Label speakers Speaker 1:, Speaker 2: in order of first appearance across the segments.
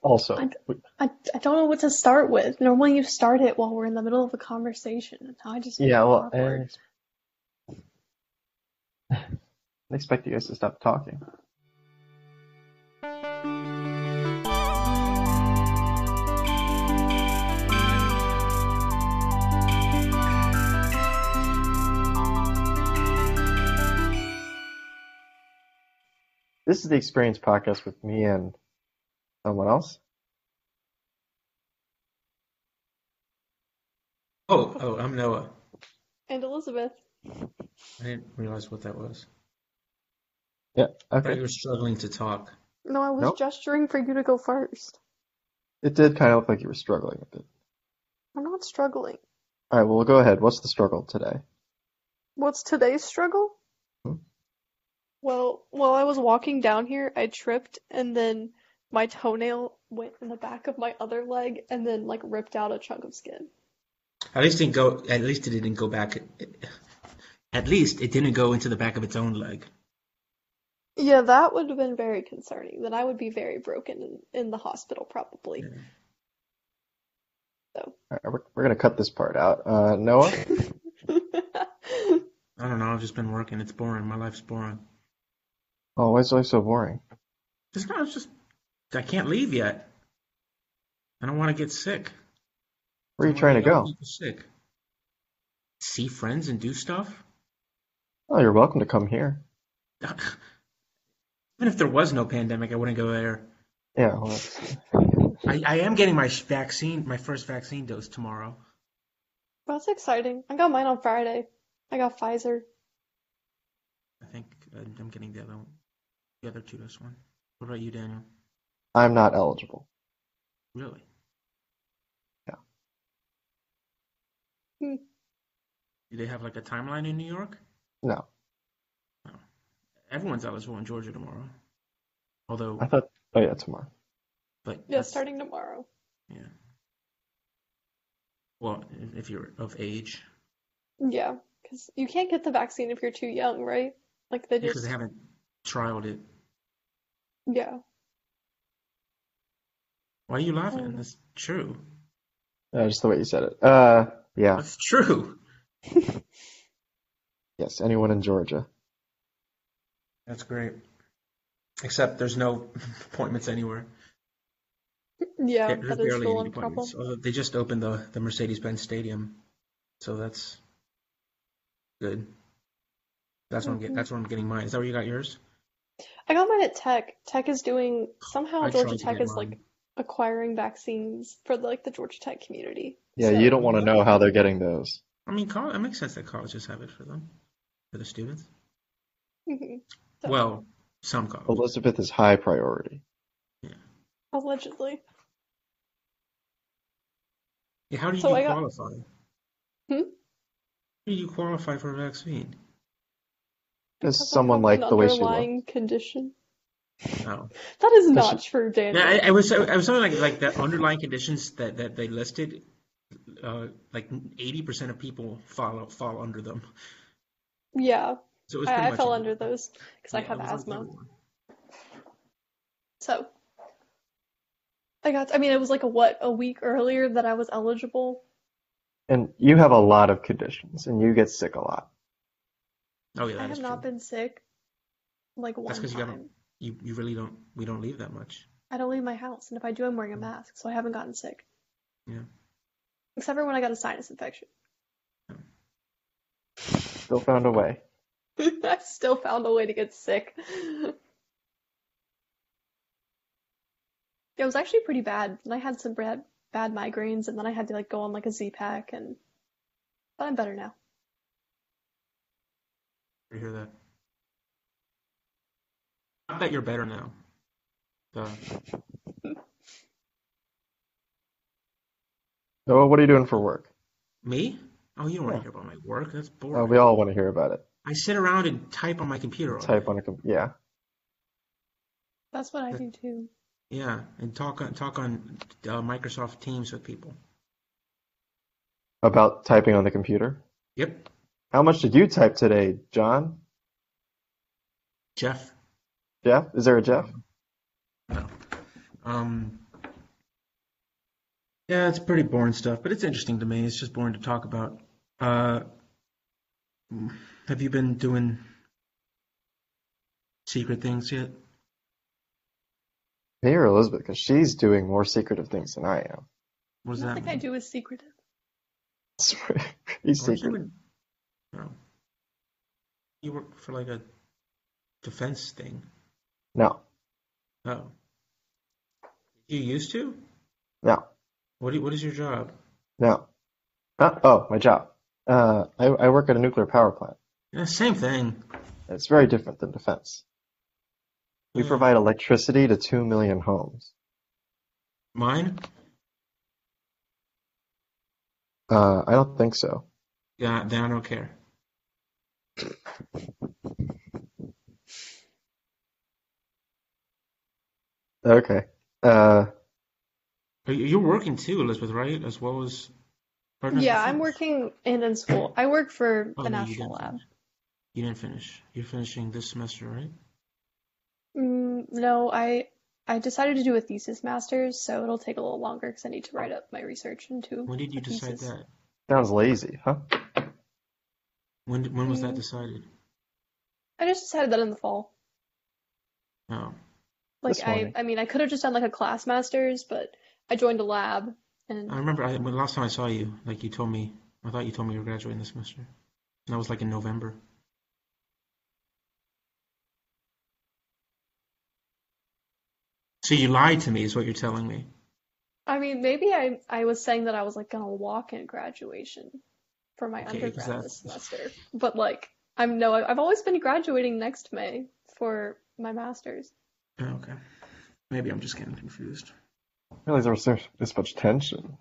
Speaker 1: Also,
Speaker 2: I d-
Speaker 1: we-
Speaker 2: I, I don't know what to start with. Normally you start it while we're in the middle of a conversation. Now I just
Speaker 1: yeah,
Speaker 2: feel
Speaker 1: well, I
Speaker 2: awkward.
Speaker 1: I expect you guys to stop talking. This is the Experience Podcast with me and someone else.
Speaker 3: Oh, oh, I'm Noah.
Speaker 2: And Elizabeth.
Speaker 3: I didn't realize what that was.
Speaker 1: Yeah,
Speaker 3: I thought
Speaker 1: okay.
Speaker 3: you were struggling to talk.
Speaker 2: No, I was
Speaker 1: Nope.
Speaker 2: gesturing for you to go first.
Speaker 1: It did kind of look like you were struggling with it.
Speaker 2: I'm not struggling.
Speaker 1: All right, well, go ahead. What's the struggle today?
Speaker 2: What's today's struggle?
Speaker 1: Hmm?
Speaker 2: Well, while I was walking down here, I tripped and then my toenail went in the back of my other leg and then like ripped out a chunk of skin.
Speaker 3: At least it didn't go. At least it didn't go back. At least it didn't go into the back of its own leg.
Speaker 2: Yeah, that would have been very concerning. Then I would be very broken in, in the hospital probably.
Speaker 1: All right, Uh, we're, we're going to cut this part out. Uh, Noah?
Speaker 3: I don't know. I've just been working. It's boring. My life's boring.
Speaker 1: Oh, why is life so boring?
Speaker 3: It's not. It's just I can't leave yet. I don't want to get sick.
Speaker 1: Where are you
Speaker 3: I wanna
Speaker 1: trying to
Speaker 3: get other
Speaker 1: go?
Speaker 3: people Sick. See friends and do stuff.
Speaker 1: Oh, you're welcome to come here.
Speaker 3: Even if there was no pandemic, I wouldn't go there.
Speaker 1: Yeah, well, that's-
Speaker 3: I, I am getting my sh- vaccine, my first vaccine dose tomorrow.
Speaker 2: That's exciting. I got mine on Friday. I got Pfizer.
Speaker 3: I think uh, I'm getting the other one, the other two dose one. What about you, Daniel?
Speaker 1: I'm not eligible.
Speaker 3: Really?
Speaker 1: Yeah.
Speaker 2: Hmm.
Speaker 3: Do they have like a timeline in New York? Oh.
Speaker 1: No,
Speaker 3: Everyone's eligible in Georgia tomorrow. Although,
Speaker 1: I thought. Oh yeah, tomorrow.
Speaker 3: but
Speaker 2: Yeah,
Speaker 3: that's-
Speaker 2: starting tomorrow.
Speaker 3: Yeah. Well, if- if you're of age,
Speaker 2: Yeah, because you can't get the vaccine if you're too young, right? Like they
Speaker 3: because
Speaker 2: just,
Speaker 3: they haven't trialed it.
Speaker 2: yeah.
Speaker 3: Why are you
Speaker 2: Oh.
Speaker 3: laughing? That's true.
Speaker 1: Uh, just the way you said it. Uh, yeah.
Speaker 3: That's true.
Speaker 1: Yes. Anyone in Georgia?
Speaker 3: That's great. Except there's no appointments anywhere.
Speaker 2: Yeah,
Speaker 3: Yeah,
Speaker 2: that
Speaker 3: there's
Speaker 2: is
Speaker 3: barely
Speaker 2: the
Speaker 3: any
Speaker 2: one
Speaker 3: appointments.
Speaker 2: problem.
Speaker 3: Although they just opened the, the Mercedes-Benz Stadium, so that's good. That's what I'm getting.
Speaker 2: Mhm.
Speaker 3: That's what I'm getting mine. Is that where you got yours?
Speaker 2: I got mine at Tech. Tech is doing, somehow
Speaker 3: I
Speaker 2: Georgia
Speaker 3: tried to
Speaker 2: Tech
Speaker 3: get
Speaker 2: is like
Speaker 3: mine.
Speaker 2: acquiring vaccines for like the Georgia Tech community.
Speaker 1: Yeah.
Speaker 2: So,
Speaker 1: You don't want to know how they're getting those.
Speaker 3: I mean, college, it makes sense that colleges have it for them, for the students.
Speaker 2: mhm, So-
Speaker 3: Well, some colleges.
Speaker 1: Elizabeth is high priority.
Speaker 2: allegedly.
Speaker 3: Yeah, how do you
Speaker 2: so I got-
Speaker 3: qualify?
Speaker 2: Hmm?
Speaker 3: How do you qualify for a vaccine?
Speaker 1: Because
Speaker 2: Because I
Speaker 1: someone
Speaker 2: have
Speaker 1: like
Speaker 2: an
Speaker 1: the way she
Speaker 2: underlying
Speaker 1: looks.
Speaker 2: condition.
Speaker 3: No.
Speaker 2: That is
Speaker 1: Because
Speaker 2: not true, Daniel.
Speaker 3: Yeah, I, I was. I was something like like the underlying conditions that that they listed. Uh, like eighty percent of people fall fall under them.
Speaker 2: Yeah,
Speaker 3: So it was
Speaker 2: I,
Speaker 3: pretty
Speaker 2: I
Speaker 3: much
Speaker 2: fell
Speaker 3: a-
Speaker 2: under those because I
Speaker 3: Yeah,
Speaker 2: have
Speaker 3: it was like
Speaker 2: asthma.
Speaker 3: everyone.
Speaker 2: So I got, I mean, it was like a what, a week earlier that I was eligible.
Speaker 1: And you have a lot of conditions, and you get sick a lot.
Speaker 3: Oh yeah,
Speaker 2: I
Speaker 3: that
Speaker 2: have
Speaker 3: is
Speaker 2: not
Speaker 3: true.
Speaker 2: been sick like one
Speaker 3: 'cause you haven't-
Speaker 2: time.
Speaker 3: You you really don't we don't leave that much.
Speaker 2: I don't leave my house, and if I do, I'm wearing a mask, so I haven't gotten sick.
Speaker 3: Mm. Yeah.
Speaker 2: Except for when I got a sinus infection.
Speaker 1: Still found a way.
Speaker 2: I still found a way to get sick. It was actually pretty bad, and I had some bad, bad migraines, and then I had to like go on like a Z-Pack, and but I'm better now.
Speaker 3: I hear that. I bet you're better now. Uh, So,
Speaker 1: Noah, what are you doing for work?
Speaker 3: me? Oh, you don't want
Speaker 1: Yeah.
Speaker 3: to hear about my work. That's
Speaker 1: Uh,
Speaker 3: boring.
Speaker 1: we all want to hear about it.
Speaker 3: I sit around and type on my computer all
Speaker 1: Type
Speaker 3: day.
Speaker 1: on a computer. Yeah.
Speaker 2: That's what I do too.
Speaker 3: Yeah, and talk on talk on uh, Microsoft Teams with people.
Speaker 1: About typing on the computer.
Speaker 3: Yep,
Speaker 1: How much did you type today, John?
Speaker 3: Jeff.
Speaker 1: Jeff? Is there a Jeff?
Speaker 3: Um, yeah, it's pretty boring stuff, but it's interesting to me. It's just boring to talk about. Uh, have you been doing secret things yet?
Speaker 1: Me or Elizabeth? Because she's doing more secretive things than I am.
Speaker 3: What does
Speaker 2: I
Speaker 3: that
Speaker 2: think I
Speaker 3: mean?
Speaker 2: do is secretive.
Speaker 1: He's
Speaker 3: Weren't you
Speaker 1: secret.
Speaker 3: in- no. Oh. You work for like a defense thing.
Speaker 1: No,
Speaker 3: Oh. You used to?
Speaker 1: no,
Speaker 3: What do, what is your job?
Speaker 1: no. Uh, oh, my job. Uh, I, I work at a nuclear power plant.
Speaker 3: Yeah, same thing.
Speaker 1: It's very different than defense. We
Speaker 3: Yeah.
Speaker 1: provide electricity to two million homes.
Speaker 3: Mine?
Speaker 1: Uh, I don't think so.
Speaker 3: Yeah, then I don't care.
Speaker 1: Okay. Uh,
Speaker 3: Are you- You're working too, Elizabeth, right? As well as Partners
Speaker 2: Yeah,
Speaker 3: in
Speaker 2: I'm
Speaker 3: Defense.
Speaker 2: working and in school. I work for
Speaker 3: Oh,
Speaker 2: the
Speaker 3: no, you
Speaker 2: national
Speaker 3: didn't
Speaker 2: lab.
Speaker 3: finish. You didn't finish. You're finishing this semester, right?
Speaker 2: Mm, no, I I decided to do a thesis master's, so it'll take a little longer because I need to write up my research into
Speaker 3: When did you
Speaker 2: a
Speaker 3: decide
Speaker 2: thesis.
Speaker 3: that?
Speaker 1: sounds lazy, huh?
Speaker 3: When did- when was that
Speaker 2: Mm.
Speaker 3: decided?
Speaker 2: I just decided that in the fall.
Speaker 3: Oh,
Speaker 2: Like
Speaker 1: This
Speaker 2: I
Speaker 1: morning.
Speaker 2: I mean I could have just done like a class master's, but I joined a lab and
Speaker 3: I remember. I when last time I saw you, like you told me, I thought you told me you were graduating this semester, and that was like in November. So you lied to me, is what you're telling me.
Speaker 2: I mean maybe I I was saying that I was like gonna walk in graduation for my
Speaker 3: Okay,
Speaker 2: undergrad
Speaker 3: exact-
Speaker 2: this semester. But like I'm no I- I've always been graduating next May for my master's.
Speaker 3: Oh, okay, maybe I'm just getting confused.
Speaker 1: I realize there was so- this much tension.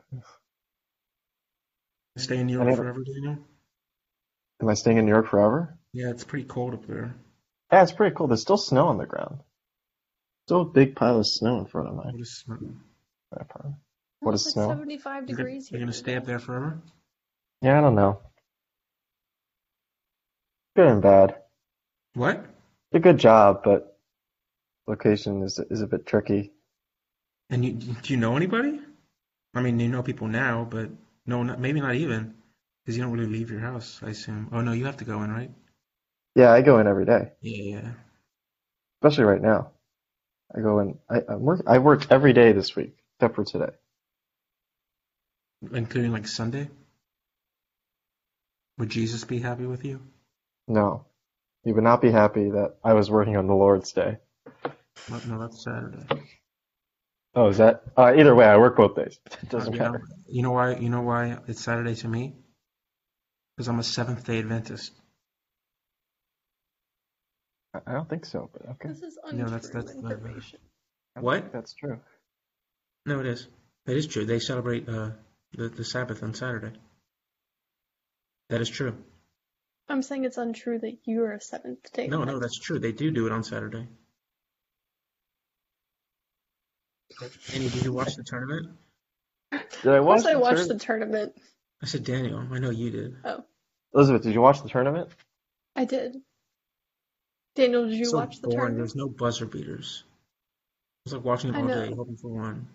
Speaker 3: Stay in Europe
Speaker 1: never-
Speaker 3: forever, Daniel.
Speaker 1: Am I staying in New York forever?
Speaker 3: Yeah, it's pretty cold up there.
Speaker 1: Yeah, it's pretty cool. There's still snow on the ground. Still a big pile of snow in front of my,
Speaker 3: What is, you're
Speaker 1: my apartment. What
Speaker 2: Oh, It's
Speaker 1: is
Speaker 2: like
Speaker 1: snow?
Speaker 2: 75
Speaker 3: gonna,
Speaker 2: degrees
Speaker 3: you're gonna
Speaker 2: here.
Speaker 3: stay up there forever?
Speaker 1: Yeah, I don't know. Good and bad.
Speaker 3: What?
Speaker 1: It's a good job, but location is is a bit tricky.
Speaker 3: And you, do you know anybody? I mean, you know people now, but no, not, maybe not even, because you don't really leave your house, I assume. Oh no, you have to go in, right?
Speaker 1: Yeah, I go in every day,
Speaker 3: Yeah, yeah.
Speaker 1: especially right now. I go in. I, I work. I work every day this week, except for today.
Speaker 3: Including like Sunday? Would Jesus be happy with you?
Speaker 1: No, he would not be happy that I was working on the Lord's Day.
Speaker 3: No, no, that's Saturday.
Speaker 1: Oh, is that? Uh, either way, I work both days. It doesn't
Speaker 3: You know,
Speaker 1: matter.
Speaker 3: you know why? You know why it's Saturday to me? Because I'm a Seventh Day Adventist.
Speaker 1: I I don't think so, but okay.
Speaker 2: This is
Speaker 3: No, that's-
Speaker 2: untrue
Speaker 3: that's not bad.
Speaker 2: information.
Speaker 1: I
Speaker 3: What?
Speaker 1: think That's true.
Speaker 3: No, it is. It is true. They celebrate uh, the the Sabbath on Saturday. That is true.
Speaker 2: I'm saying it's untrue that you're a Seventh Day
Speaker 3: No, no,
Speaker 2: Adventist.
Speaker 3: that's true. They do do it on Saturday. Danny, did you watch the tournament?
Speaker 1: Did I
Speaker 2: Of
Speaker 1: watch
Speaker 2: course I
Speaker 1: the
Speaker 2: watched
Speaker 1: tourna-
Speaker 2: the tournament.
Speaker 3: I said Daniel. I know you did.
Speaker 1: Elizabeth, did you watch the tournament?
Speaker 2: I did. Daniel, did you
Speaker 3: so
Speaker 2: watch the
Speaker 3: boring.
Speaker 2: tournament?
Speaker 3: There's no buzzer beaters. It's like watching
Speaker 2: I
Speaker 3: them all
Speaker 2: know.
Speaker 3: day, hoping for one.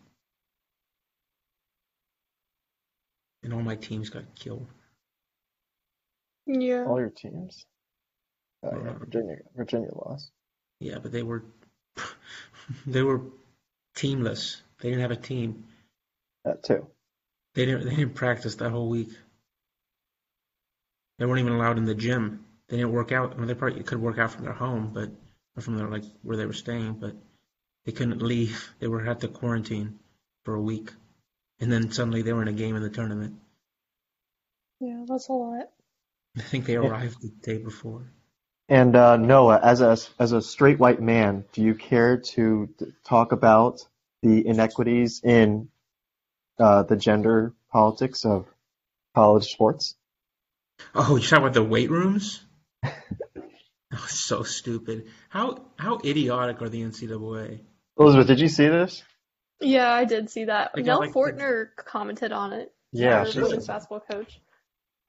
Speaker 3: And all my teams got killed.
Speaker 2: Yeah.
Speaker 1: All your teams? Oh, yeah,
Speaker 3: Mhm.
Speaker 1: Virginia, Virginia lost.
Speaker 3: Yeah, but they were they were teamless. They didn't have a team.
Speaker 1: That too.
Speaker 3: They didn't they didn't practice that whole week. They weren't even allowed in the gym. They didn't work out. I mean, they probably could work out from their home, but or from their like where they were staying, but they couldn't leave. They were had to quarantine for a week, and then suddenly they were in a game in the tournament.
Speaker 2: Yeah, that's a lot.
Speaker 3: I think they arrived the day before.
Speaker 1: And uh, Noah, as a as a straight white man, do you care to d- talk about the inequities in uh, the gender politics of college sports?
Speaker 3: Oh, you're talking about the weight rooms? That was so stupid. How how idiotic are the NCAA?
Speaker 1: Elizabeth, did you see this?
Speaker 2: Yeah, I did see that.
Speaker 3: They got,
Speaker 2: Mel
Speaker 3: like, the-
Speaker 2: Fortner commented on it,
Speaker 1: Yeah,
Speaker 2: our
Speaker 1: she
Speaker 2: women's
Speaker 1: said-
Speaker 2: basketball coach.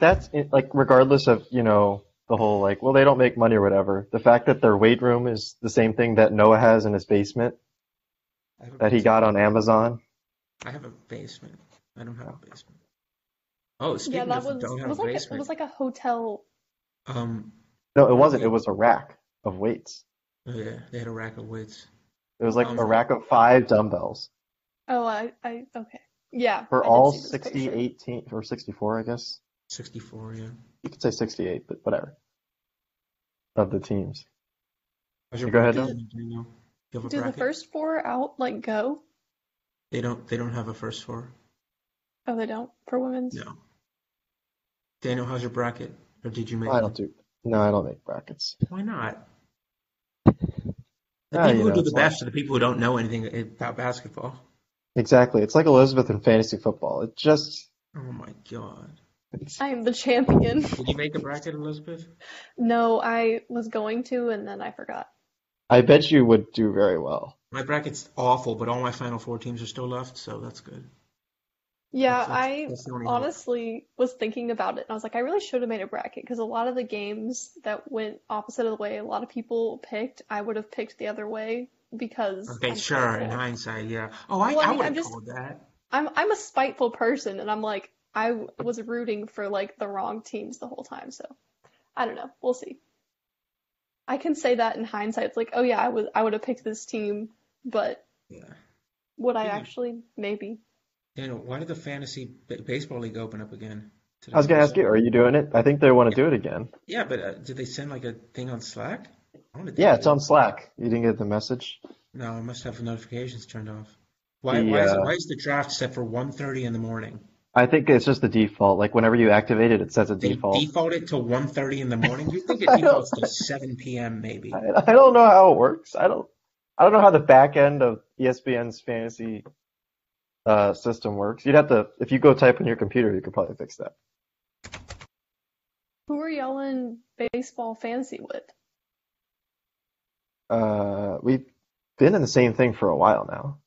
Speaker 1: that's it, like regardless of you know the the whole like, well, they don't make money or whatever. The fact that their weight room is the same thing that Noah has in his basement
Speaker 3: I have a
Speaker 1: that he
Speaker 3: basement.
Speaker 1: got on Amazon.
Speaker 3: I have a basement. I don't have a basement. Oh, speaking
Speaker 2: Yeah, that
Speaker 3: of
Speaker 2: was
Speaker 3: don't have
Speaker 2: was
Speaker 3: a
Speaker 2: like a, it
Speaker 3: basement,
Speaker 2: was like a hotel.
Speaker 3: um,
Speaker 1: No, it wasn't. It was a rack of weights.
Speaker 3: oh yeah, they had a rack of weights.
Speaker 1: It was like
Speaker 3: Um,
Speaker 1: a rack of five dumbbells
Speaker 2: Oh, I I okay. Yeah. I
Speaker 1: for
Speaker 2: did
Speaker 1: all
Speaker 2: see this
Speaker 1: 60,
Speaker 2: picture.
Speaker 1: 18, or 64, I guess.
Speaker 3: 64, yeah.
Speaker 1: You could say 68, but whatever. Of the teams.
Speaker 3: How's your
Speaker 1: Go ahead,
Speaker 3: bracket?
Speaker 2: Don.
Speaker 3: Do you know? Do you have a
Speaker 2: Do the
Speaker 3: bracket?
Speaker 2: first four out like go?
Speaker 3: They don't. They don't have a first four.
Speaker 2: Oh, they don't for women's.
Speaker 3: No. Daniel, how's your bracket? Or did you make
Speaker 1: I
Speaker 3: one?
Speaker 1: don't do. No, I don't make brackets.
Speaker 3: Why not? The
Speaker 1: Ah,
Speaker 3: people
Speaker 1: you
Speaker 3: who
Speaker 1: know,
Speaker 3: do the
Speaker 1: it's like-
Speaker 3: best are the people who don't know anything about basketball.
Speaker 1: Exactly. It's like Elizabeth in fantasy football. It just.
Speaker 3: Oh my God.
Speaker 1: It's,
Speaker 2: I am the champion.
Speaker 3: Did you make a bracket, Elizabeth?
Speaker 2: No, I was going to and then I forgot.
Speaker 1: I bet you would do very well.
Speaker 3: My bracket's awful, but all my final four teams are still left, so that's good.
Speaker 2: Yeah,
Speaker 3: That's-
Speaker 2: I
Speaker 3: that's the only hope.
Speaker 2: honestly was thinking about it and I was like, I really should have made a bracket because a lot of the games that went opposite of the way a lot of people picked, I would have picked the other way because
Speaker 3: Okay,
Speaker 2: I'm
Speaker 3: sure. In
Speaker 2: spiteful.
Speaker 3: hindsight, yeah. Oh, I,
Speaker 2: Well, I
Speaker 3: I
Speaker 2: mean,
Speaker 3: would
Speaker 2: I'm
Speaker 3: have
Speaker 2: just-
Speaker 3: called that.
Speaker 2: I'm I'm a spiteful person and I'm like I w- was rooting for like the wrong teams the whole time, so I don't know. We'll see. I can say that in hindsight. It's like, oh yeah, I was I would have picked this team, but
Speaker 3: Yeah.
Speaker 2: would I
Speaker 3: Yeah.
Speaker 2: actually? Maybe.
Speaker 3: Daniel, why did the fantasy b baseball league open up again today?
Speaker 1: I was gonna ask you, are you doing it? I think they want to do it again.
Speaker 3: Yeah, but uh, did they send like a thing on Slack? I wanna
Speaker 1: Yeah,
Speaker 3: do
Speaker 1: it's
Speaker 3: it.
Speaker 1: on Slack. You didn't get the message.
Speaker 3: No, I must have notifications turned off. Why,
Speaker 1: The,
Speaker 3: why is,
Speaker 1: uh,
Speaker 3: why is the draft set for 1:30 in the morning?
Speaker 1: I think it's just the default. Like whenever you activate it, it sets a
Speaker 3: They
Speaker 1: default.
Speaker 3: default it to 1:30 in the morning? Do you think it
Speaker 1: I don't-
Speaker 3: defaults to 7 p.m. maybe?
Speaker 1: I, I don't know how it works. I don't. I don't know how the back end of E ESPN's fantasy uh, system works. You'd have to, if you go type on your computer, you could probably fix that.
Speaker 2: Who are y'all in baseball fancy with?
Speaker 1: Uh, we've been in the same thing for a while now.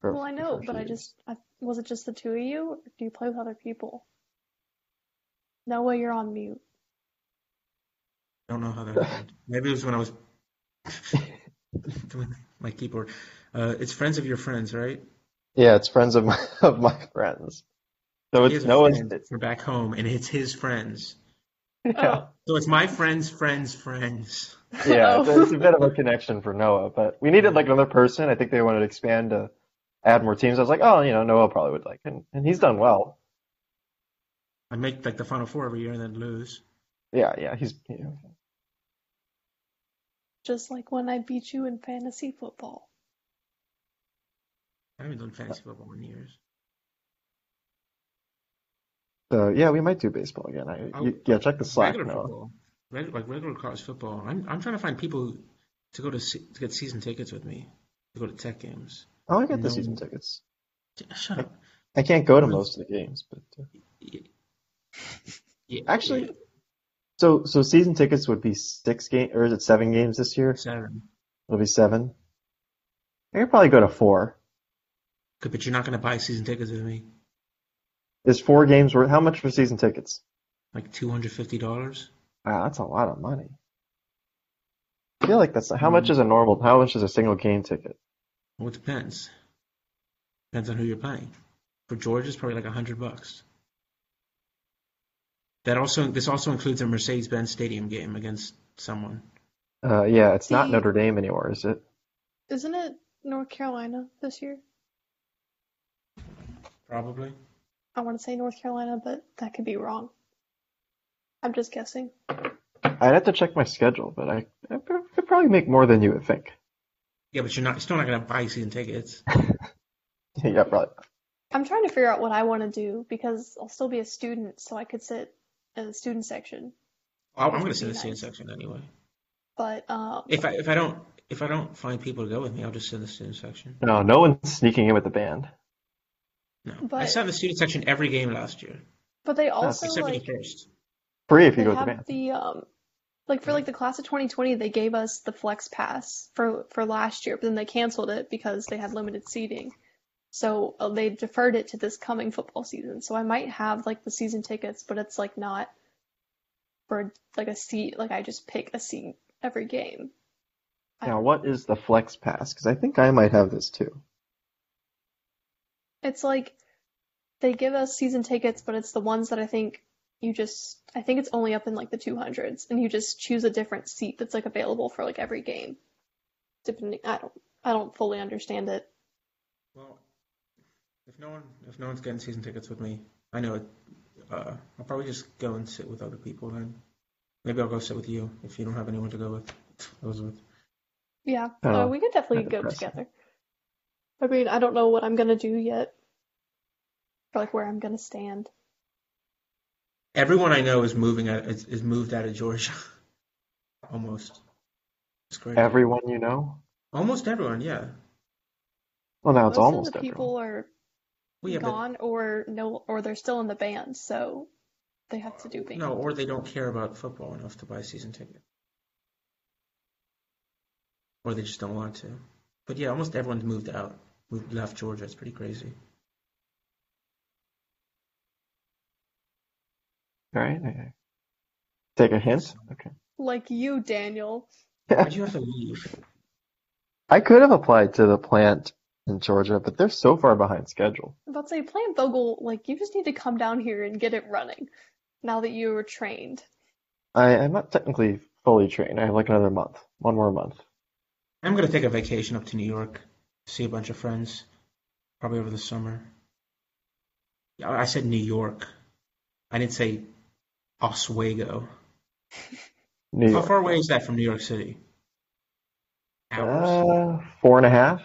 Speaker 1: For-
Speaker 2: Well, I
Speaker 1: Oh, for
Speaker 2: know,
Speaker 1: a
Speaker 2: but
Speaker 1: few
Speaker 2: I
Speaker 1: years.
Speaker 2: just I, was it just the two of you, or do you play with other people? No way, you're on mute.
Speaker 3: I don't know how that happened. Maybe it was when I was doing my keyboard. Uh, it's friends of your friends, right?
Speaker 1: Yeah, it's friends of my of my friends. So
Speaker 3: He has
Speaker 1: it's
Speaker 3: a
Speaker 1: Noah's.
Speaker 3: friend from back home, and it's his friends.
Speaker 2: Oh.
Speaker 1: Yeah,
Speaker 3: So it's my friends' friends' friends.
Speaker 1: yeah.
Speaker 2: Oh.
Speaker 1: It's, it's a bit of a connection for Noah, but we needed like another person. I think they wanted to expand to add more teams. I was like, oh, you know, Noah probably would like, and and he's done well.
Speaker 3: I make like the final four every year and then lose.
Speaker 1: Yeah, yeah. He's you know,
Speaker 2: Just like when I beat you in fantasy football.
Speaker 3: I haven't done fantasy football in years.
Speaker 1: so yeah. We might do baseball again. I
Speaker 3: Oh,
Speaker 1: you, yeah. Check the Slack,
Speaker 3: Regular
Speaker 1: Noah.
Speaker 3: football, Reg- like regular college football. I'm I'm trying to find people who- to go to se- to get season tickets with me to go to tech games.
Speaker 1: Oh, I want to get the
Speaker 3: No.
Speaker 1: season tickets.
Speaker 3: J- Shut up.
Speaker 1: I can't go to
Speaker 3: Really?
Speaker 1: most of the games, but uh,
Speaker 3: Y- y-
Speaker 1: actually, so so season tickets would be six game or is it seven games this year?
Speaker 3: seven.
Speaker 1: It'll be seven. I could probably go to four.
Speaker 3: Good, But you're not going to buy season tickets with me.
Speaker 1: Is four games worth how much for season tickets?
Speaker 3: Like two hundred fifty dollars.
Speaker 1: Wow, that's a lot of money. I feel like that's how much is a normal, how much is a single game ticket?
Speaker 3: Well, it depends. Depends on who you're playing. For George, it's probably like a hundred bucks. That also this also includes a Mercedes-Benz Stadium game against someone.
Speaker 1: Uh, yeah, it's not
Speaker 2: The-
Speaker 1: Notre Dame anymore, is it?
Speaker 2: Isn't it North Carolina this year?
Speaker 3: Probably.
Speaker 2: I want to say North Carolina, but that could be wrong. I'm just guessing.
Speaker 1: I'd have to check my schedule, but I, I pr- could probably make more than you would think.
Speaker 3: Yeah, but you're not you're still not gonna buy season tickets.
Speaker 1: yeah, probably.
Speaker 2: I'm trying to figure out what I want to do because I'll still be a student, so I could sit in the student section.
Speaker 3: I-
Speaker 2: Which
Speaker 3: I'm gonna
Speaker 2: would
Speaker 3: sit in
Speaker 2: be
Speaker 3: the student
Speaker 2: nice.
Speaker 3: section anyway.
Speaker 2: But um,
Speaker 3: If I if I don't if I don't find people to go with me, I'll just sit in the student section.
Speaker 1: No, no one's sneaking in with the band.
Speaker 3: No, I
Speaker 2: But-
Speaker 3: sat in the student section every game last year,
Speaker 2: but they also
Speaker 3: except for
Speaker 2: like
Speaker 3: the first.
Speaker 1: Free if you
Speaker 2: they
Speaker 1: go with the
Speaker 2: have
Speaker 1: band.
Speaker 2: the um, like for like the class of 2020, they gave us the flex pass for for last year, but then they canceled it because they had limited seating. So uh, they deferred it to this coming football season. So I might have like the season tickets, but it's like not for like a seat. Like I just pick a seat every game. I
Speaker 1: Now,
Speaker 2: don't-
Speaker 1: what is the flex pass? Because I think I might have this too.
Speaker 2: It's like they give us season tickets, but it's the ones that I think you just, I think it's only up in like the 200s, and you just choose a different seat that's like available for like every game. Depending, I don't, I don't fully understand it.
Speaker 3: Well, if no one if no one's getting season tickets with me, I know it. Uh, I'll probably just go and sit with other people then. Maybe I'll go sit with you if you don't have anyone to go with. Elizabeth.
Speaker 2: Yeah,
Speaker 1: Oh,
Speaker 2: uh, we could definitely
Speaker 1: kinda
Speaker 2: go
Speaker 1: depressing.
Speaker 2: together. I mean, I don't know what I'm gonna do yet, or like where I'm gonna stand.
Speaker 3: Everyone I know is moving out is, is moved out of Georgia. Almost. It's crazy.
Speaker 1: Everyone you know?
Speaker 3: Almost everyone, yeah.
Speaker 1: Well, now it's
Speaker 2: Most of the
Speaker 1: almost everyone.
Speaker 2: people are
Speaker 3: Well, yeah, but
Speaker 2: gone or no, or they're still in the band, so they have to do band.
Speaker 3: no, or they don't care about football enough to buy a season ticket. Or they just don't want to. But yeah, almost everyone's moved out, moved left Georgia. It's pretty crazy.
Speaker 1: All right. okay. Take a hint? Okay.
Speaker 2: Like you, Daniel.
Speaker 3: Why'd you have to leave?
Speaker 1: I could have applied to the plant in Georgia, but they're so far behind schedule.
Speaker 2: I'm about to say, playing Vogel, like you just need to come down here and get it running. Now that you are trained,
Speaker 1: I, I'm not technically fully trained. I have like another month, one more month.
Speaker 3: I'm gonna take a vacation up to New York, see a bunch of friends, probably over the summer. Yeah, I said New York. I didn't say Oswego.
Speaker 1: New
Speaker 3: How
Speaker 1: York.
Speaker 3: far away is that from New York City? Hours
Speaker 1: Uh, four and a half?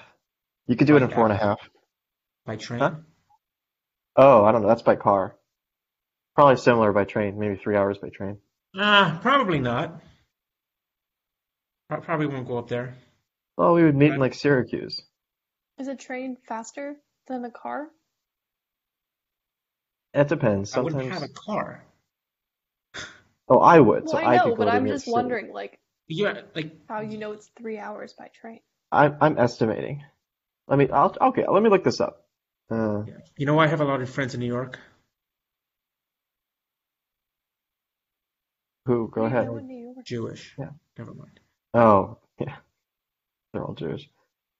Speaker 1: You could do it in four and a half.
Speaker 3: by train?
Speaker 1: huh? Oh, I don't know. That's by car. Probably similar by train, maybe three hours by train.
Speaker 3: Ah, probably not. Pro- Probably won't go up there.
Speaker 1: Well, we would meet in like Syracuse.
Speaker 2: is a train faster than a car?
Speaker 1: It depends.
Speaker 3: I wouldn't
Speaker 1: Sometimes.
Speaker 3: have a car.
Speaker 1: Oh, I would.
Speaker 2: Well,
Speaker 1: So
Speaker 2: I
Speaker 1: I
Speaker 2: know,
Speaker 1: could go
Speaker 2: but
Speaker 1: to
Speaker 2: I'm
Speaker 1: New York
Speaker 2: just
Speaker 1: City.
Speaker 2: wondering, like,
Speaker 3: Yeah, like
Speaker 2: how you know it's three hours by train.
Speaker 1: I'm I'm estimating. Let me. I'll, okay. Let me look this up. Uh,
Speaker 3: you know, I have a lot of friends in New York.
Speaker 1: who? Go
Speaker 2: How do you
Speaker 1: ahead.
Speaker 2: know in New York?
Speaker 3: Jewish.
Speaker 1: Yeah.
Speaker 3: Never mind.
Speaker 1: Oh, yeah. They're all Jewish.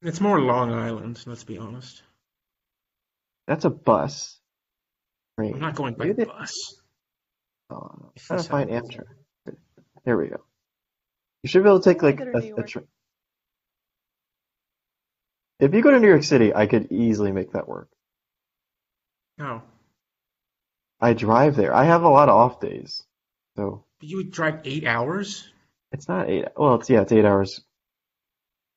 Speaker 3: It's more Long Island. Let's be honest.
Speaker 1: That's a bus. Great.
Speaker 3: I'm not going by
Speaker 1: Maybe they-
Speaker 3: bus.
Speaker 1: Oh, I'm trying to find Amtrak. There we go. You should be able to take
Speaker 2: I wanna
Speaker 1: like
Speaker 2: go to
Speaker 1: a, a
Speaker 2: New York.
Speaker 1: train. If you go to New York City, I could easily make that work.
Speaker 3: No,
Speaker 1: I drive there. I have a lot of off days, so
Speaker 3: but you would drive eight hours.
Speaker 1: it's not eight. Well, it's yeah, it's eight hours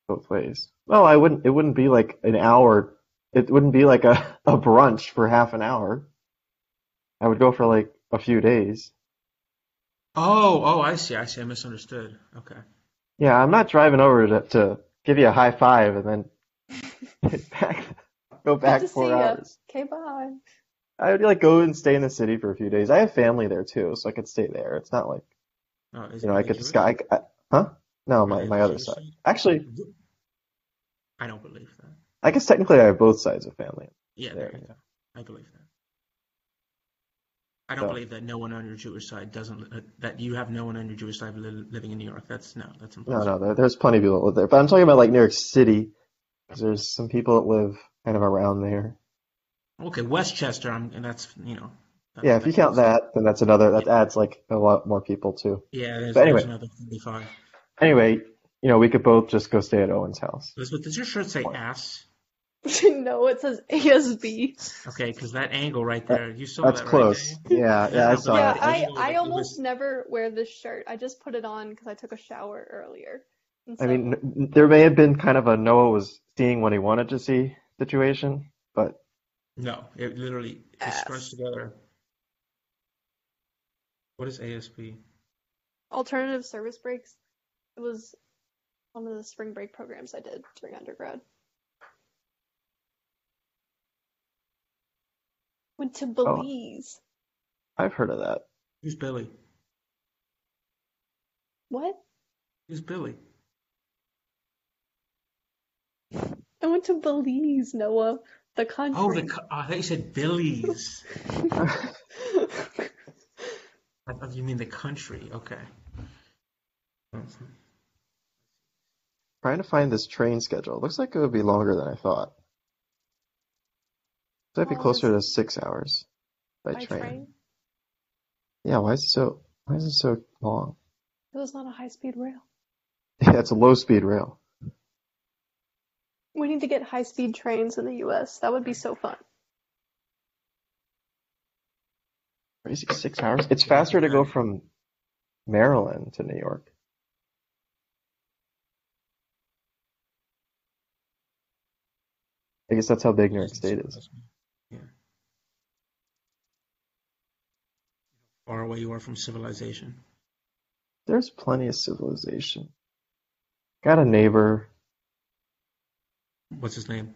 Speaker 1: both ways. Well, I wouldn't. It wouldn't be like an hour. It wouldn't be like a, a brunch for half an hour. I would go for like a few days.
Speaker 3: Oh, oh, I see, I see. I misunderstood. Okay.
Speaker 1: Yeah, I'm not driving over to, to give you a high five and then hit back, go back
Speaker 2: to
Speaker 1: four
Speaker 2: see ya.
Speaker 1: hours.
Speaker 2: Okay, bye.
Speaker 1: I would like go and stay in the city for a few days. I have family there too, so I could stay there. It's not like,
Speaker 3: Oh, is
Speaker 1: you know,
Speaker 3: are
Speaker 1: I
Speaker 3: they
Speaker 1: could
Speaker 3: Jewish?
Speaker 1: just go, I, I- huh? No,
Speaker 3: Are
Speaker 1: my,
Speaker 3: they
Speaker 1: my other
Speaker 3: Jewish?
Speaker 1: side. Actually,
Speaker 3: I don't believe that.
Speaker 1: I guess technically I have both sides of family.
Speaker 3: Yeah,
Speaker 1: There
Speaker 3: there
Speaker 1: we
Speaker 3: you go. I believe that. I don't
Speaker 1: So-
Speaker 3: believe that no one on your Jewish side doesn't, uh, that you have no one on your Jewish side li living in New York. That's, no, that's
Speaker 1: No,
Speaker 3: impossible.
Speaker 1: no, there, there's plenty of people that live there. But I'm talking about like New York City, 'cause there's some people that live kind of around there.
Speaker 3: Okay, Westchester, I'm, and that's, you know, that-
Speaker 1: Yeah, if you
Speaker 3: that's
Speaker 1: count
Speaker 3: also-
Speaker 1: that, then that's another, that adds like a lot more people too.
Speaker 3: Yeah, there's,
Speaker 1: But
Speaker 3: there's
Speaker 1: anyway.
Speaker 3: another 35.
Speaker 1: Anyway, you know, we could both just go stay at Owen's house.
Speaker 3: Elizabeth, does your shirt say ass?
Speaker 2: no, it says ASB.
Speaker 3: Okay, because that angle right there, you saw
Speaker 1: That's
Speaker 3: that right,
Speaker 1: close.
Speaker 3: Daniel?
Speaker 1: Yeah, yeah, I
Speaker 3: Yeah,
Speaker 1: saw
Speaker 2: yeah,
Speaker 1: that.
Speaker 2: I,
Speaker 3: original, like,
Speaker 2: I
Speaker 3: it
Speaker 2: almost
Speaker 3: was-
Speaker 2: never wear this shirt. I just put it on because I took a shower earlier. And
Speaker 1: I
Speaker 2: so
Speaker 1: mean, n- n- there may have been kind of a Noah was seeing what he wanted to see situation, but
Speaker 3: No, it literally is
Speaker 2: Ass.
Speaker 3: scrunched together. What is ASP?
Speaker 2: alternative service breaks. It was one of the spring break programs I did during undergrad. Went to Belize.
Speaker 1: I've heard of that.
Speaker 3: Who's Billy?
Speaker 2: What?
Speaker 3: Who's Billy?
Speaker 2: I went to Belize, Noah. The country.
Speaker 3: Oh, the, co- oh, I thought you said Billy's.
Speaker 1: I
Speaker 3: That's Oh, you mean the country? Okay. Um,
Speaker 1: Trying to find this train schedule. Looks like it would be longer than I thought. So it'd be
Speaker 2: Well,
Speaker 1: closer to six hours by,
Speaker 2: By
Speaker 1: train. Yeah, why is it so why is it so long?
Speaker 2: It was on a high speed rail.
Speaker 1: Yeah, it's a low speed rail.
Speaker 2: We need to get high speed trains in the US. That would be so fun.
Speaker 1: Crazy, six hours? It's faster to go from Maryland to New York. I guess that's how big New York State is.
Speaker 3: Yeah. Far away you are from civilization.
Speaker 1: There's plenty of civilization. Got a neighbor,
Speaker 3: What's his name?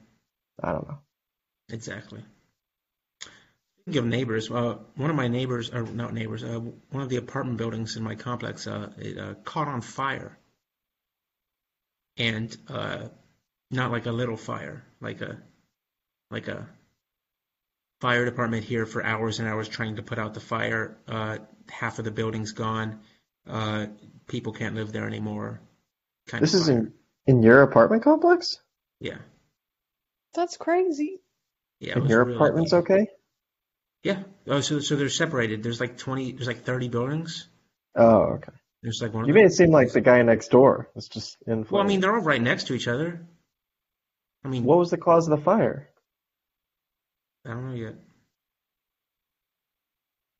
Speaker 1: I don't know.
Speaker 3: Exactly. Speaking of neighbors, uh, one of my neighbors, or not neighbors, uh, one of the apartment buildings in my complex, uh, it uh, caught on fire, and uh, not like a little fire, like a, like a fire department here for hours and hours trying to put out the fire. Uh, half of the building's gone. Uh, people can't live there anymore. Kind
Speaker 1: This
Speaker 3: of
Speaker 1: is
Speaker 3: fire.
Speaker 1: in in your apartment complex?
Speaker 3: Yeah,
Speaker 2: That's crazy.
Speaker 3: yeah. it
Speaker 1: And
Speaker 3: was
Speaker 1: your
Speaker 3: really
Speaker 1: apartment's
Speaker 3: bad.
Speaker 1: okay?
Speaker 3: Yeah. Oh, so so they're separated. There's like 20, there's like 30 buildings.
Speaker 1: Oh, okay.
Speaker 3: There's like one
Speaker 1: You
Speaker 3: of the,
Speaker 1: made it seem like the guy next door was just in
Speaker 3: well, I
Speaker 1: flames.
Speaker 3: mean, they're all right next to each other. I mean,
Speaker 1: What was the cause of the fire?
Speaker 3: I don't know yet.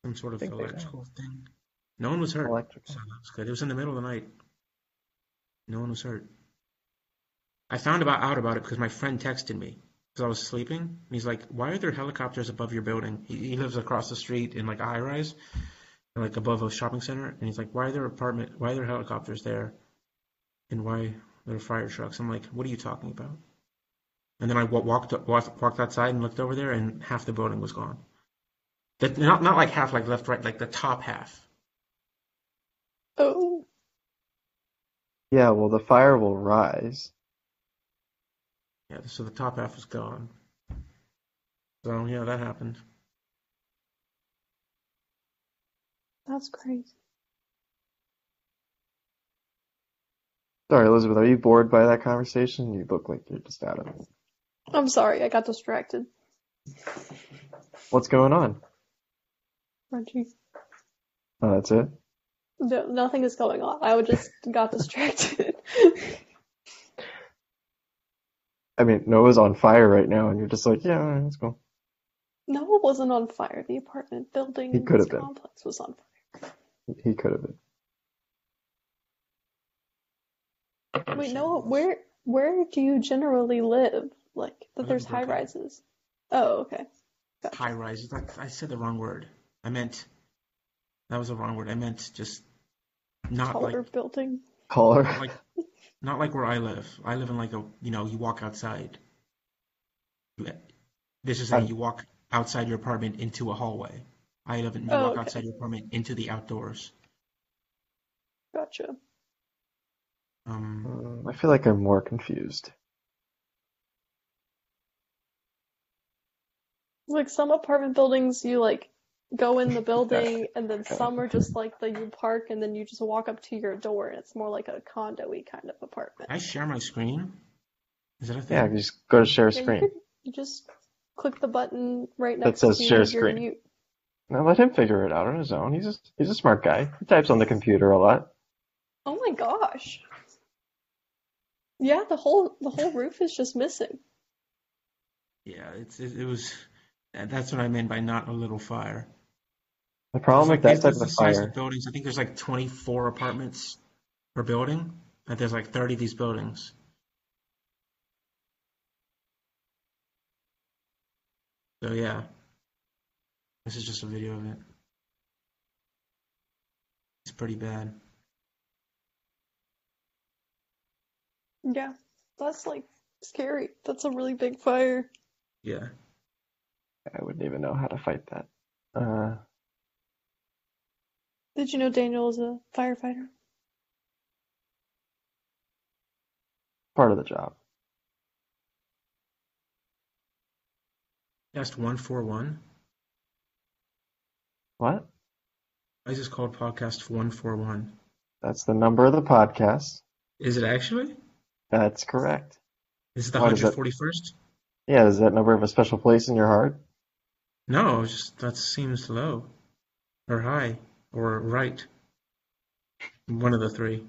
Speaker 3: Some sort of
Speaker 1: think they know.
Speaker 3: electrical thing. No one was hurt,
Speaker 1: Electrical.
Speaker 3: so Oh, that's good. It was in the middle of the night. No one was hurt. I found about out about it because my friend texted me because I was sleeping, and he's like, "Why are there helicopters above your building?" He, he lives across the street in like a high rise, like above a shopping center, and he's like, "Why are there apartment? Why are there helicopters there? And why are there fire trucks?" I'm like, "What are you talking about?" And then I wa- walked walked walked outside and looked over there, and half the building was gone. That not not like half, like left, right, like the top half.
Speaker 2: Oh,
Speaker 1: Yeah, well, the fire will rise.
Speaker 3: Yeah, so the top half was gone. So yeah, that happened.
Speaker 2: that's crazy.
Speaker 1: Sorry, Elizabeth, are you bored by that conversation? You look like you're just out of it.
Speaker 2: I'm sorry, I got distracted.
Speaker 1: What's going on?
Speaker 2: Reggie.
Speaker 1: Oh, that's it.
Speaker 2: No, nothing is going on. I would just got distracted.
Speaker 1: I mean, Noah's on fire right now, and you're just like, yeah, all right, let's go.
Speaker 2: No, it wasn't on fire. The apartment building
Speaker 1: It
Speaker 2: in
Speaker 1: could
Speaker 2: this
Speaker 1: have been.
Speaker 2: complex was on fire.
Speaker 1: He could have been.
Speaker 2: Wait, no, where where do you generally live? Like
Speaker 3: I live
Speaker 2: that there's
Speaker 3: in
Speaker 2: high
Speaker 3: Brooklyn.
Speaker 2: rises. Oh, okay.
Speaker 3: High rises. Like I said the wrong word. I meant that was the wrong word. I meant just not like
Speaker 2: Taller building.
Speaker 1: Caller.
Speaker 3: not like not like where I live. I live in like a you know you walk outside. This is how
Speaker 1: Um,
Speaker 3: you walk outside your apartment into a hallway. I live in you
Speaker 2: Oh,
Speaker 3: walk
Speaker 2: okay.
Speaker 3: outside your apartment into the outdoors.
Speaker 2: Gotcha.
Speaker 3: Um,
Speaker 1: Mm, I feel like I'm more confused.
Speaker 2: Like some apartment buildings, you like go in the building, and then some are just like the you park, and then you just walk up to your door, and it's more like a condo-y kind of apartment.
Speaker 3: I share my screen. Is that a
Speaker 1: Yeah,
Speaker 3: thing?
Speaker 1: you just go to share
Speaker 2: Yeah, you
Speaker 1: screen.
Speaker 2: could- you just click the button right
Speaker 1: That
Speaker 2: next
Speaker 1: says
Speaker 2: to
Speaker 1: share
Speaker 2: your
Speaker 1: screen.
Speaker 2: mute.
Speaker 1: Now let him figure it out on his own. He's a, he's a smart guy. He types on the computer a lot.
Speaker 2: Oh my gosh. Yeah, the whole the whole roof is just missing.
Speaker 3: Yeah, it's it, it was. that- That's what I meant by not a little fire.
Speaker 1: The problem with
Speaker 3: It's
Speaker 1: that
Speaker 3: like-
Speaker 1: type
Speaker 3: it's
Speaker 1: of
Speaker 3: the size of
Speaker 1: fire,
Speaker 3: buildings. I think there's like 24 apartments per building, and there's like 30 of these buildings. So yeah, this is just a video of it. It's pretty bad.
Speaker 2: Yeah, that's like scary. That's a really big fire.
Speaker 3: Yeah.
Speaker 1: I wouldn't even know how to fight that. Uh,
Speaker 2: Did you know Daniel is a firefighter?
Speaker 1: part of the job.
Speaker 3: Test 141.
Speaker 1: What?
Speaker 3: I just called podcast 141.
Speaker 1: That's the number of the podcast.
Speaker 3: Is it actually?
Speaker 1: That's correct.
Speaker 3: Is it the
Speaker 1: Why does that-
Speaker 3: 141st?
Speaker 1: Yeah, is that number of a special place in your heart?
Speaker 3: No, it's just that seems low or high or right. One of the three.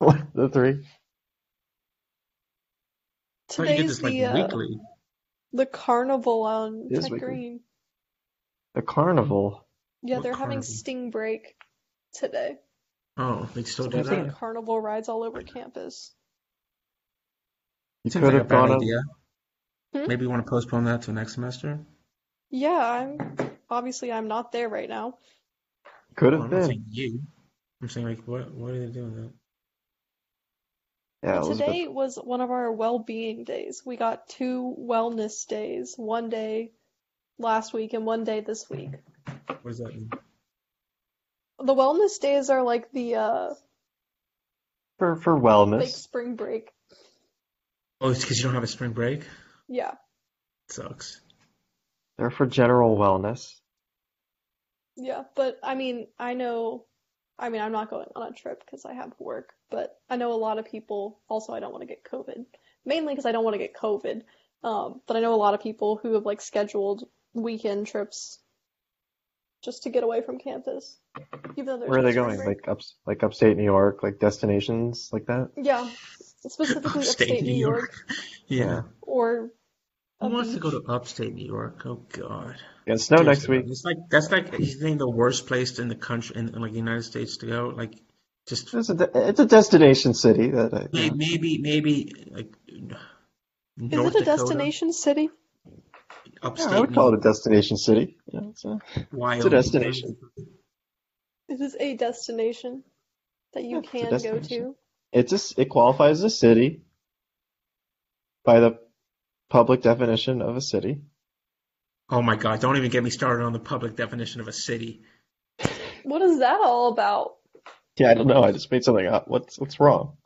Speaker 1: the three?
Speaker 3: I thought you did
Speaker 2: Today's
Speaker 3: this like
Speaker 2: the uh,
Speaker 3: weekly.
Speaker 2: the carnival on
Speaker 1: It is
Speaker 2: Tech
Speaker 1: weekly.
Speaker 2: Green.
Speaker 1: The carnival.
Speaker 2: Yeah,
Speaker 3: What
Speaker 2: they're having
Speaker 3: carnival?
Speaker 2: sting break today.
Speaker 3: Oh, they still
Speaker 1: So
Speaker 3: do
Speaker 1: I'm thinking-
Speaker 3: that?
Speaker 2: Carnival rides all over campus.
Speaker 1: You
Speaker 3: Seems
Speaker 1: could
Speaker 3: like a
Speaker 1: have
Speaker 3: bad
Speaker 1: gone on-
Speaker 3: idea.
Speaker 2: Hmm?
Speaker 3: Maybe you want to postpone that to next semester?
Speaker 2: Yeah, I'm obviously I'm not there right now.
Speaker 1: could
Speaker 3: Well,
Speaker 1: have
Speaker 3: I'm not
Speaker 1: been.
Speaker 3: saying you. I'm saying like what what are they doing that?
Speaker 1: Yeah,
Speaker 2: Well,
Speaker 1: Elizabeth.
Speaker 2: today was one of our well-being days. We got two wellness days, one day last week and one day this week.
Speaker 3: What does that mean?
Speaker 2: The wellness days are like the uh
Speaker 1: For for
Speaker 2: like
Speaker 1: wellness.
Speaker 2: spring break.
Speaker 3: Oh, it's because you don't have a spring break?
Speaker 2: Yeah.
Speaker 3: Sucks.
Speaker 1: They're for general wellness.
Speaker 2: Yeah, but I mean, I know, I mean, I'm not going on a trip because I have work, but I know a lot of people, also, I don't want to get COVID, mainly because I don't want to get COVID. Um, but I know a lot of people who have like scheduled weekend trips just to get away from campus, even though there's
Speaker 1: Where are
Speaker 2: no
Speaker 1: they
Speaker 2: spring
Speaker 1: going?
Speaker 2: break.
Speaker 1: Like ups like upstate New York, like destinations like that?
Speaker 2: Yeah, specifically
Speaker 3: Upstate
Speaker 2: upstate
Speaker 3: New
Speaker 2: New
Speaker 3: York.
Speaker 2: York
Speaker 3: Yeah.
Speaker 2: or um,
Speaker 3: Who
Speaker 2: a
Speaker 3: wants to
Speaker 2: beach.
Speaker 3: go to upstate New York? Oh God.
Speaker 1: Yeah, snow next
Speaker 3: Seriously,
Speaker 1: week.
Speaker 3: It's like that's like you think the worst place in the country in, in, like the United States to go. Like just
Speaker 1: It's a, de- it's a destination city that I,
Speaker 3: may- maybe maybe like
Speaker 2: Is
Speaker 3: North
Speaker 2: it a
Speaker 3: Dakota,
Speaker 2: destination city?
Speaker 1: yeah,
Speaker 3: upstate
Speaker 1: I would
Speaker 3: New
Speaker 1: call it a
Speaker 3: York,
Speaker 1: destination city. Yeah, it's a-
Speaker 3: Wyoming.
Speaker 1: destination.
Speaker 2: It is a destination that you
Speaker 1: Yeah, it's a
Speaker 2: can go
Speaker 1: destination.
Speaker 2: to.
Speaker 1: It's a, s- it qualifies as a city by the public definition of a city.
Speaker 3: Oh my God! Don't even get me started on the public definition of a city.
Speaker 2: What is that all about?
Speaker 1: Yeah, I don't know. I just made something up. What's what's wrong?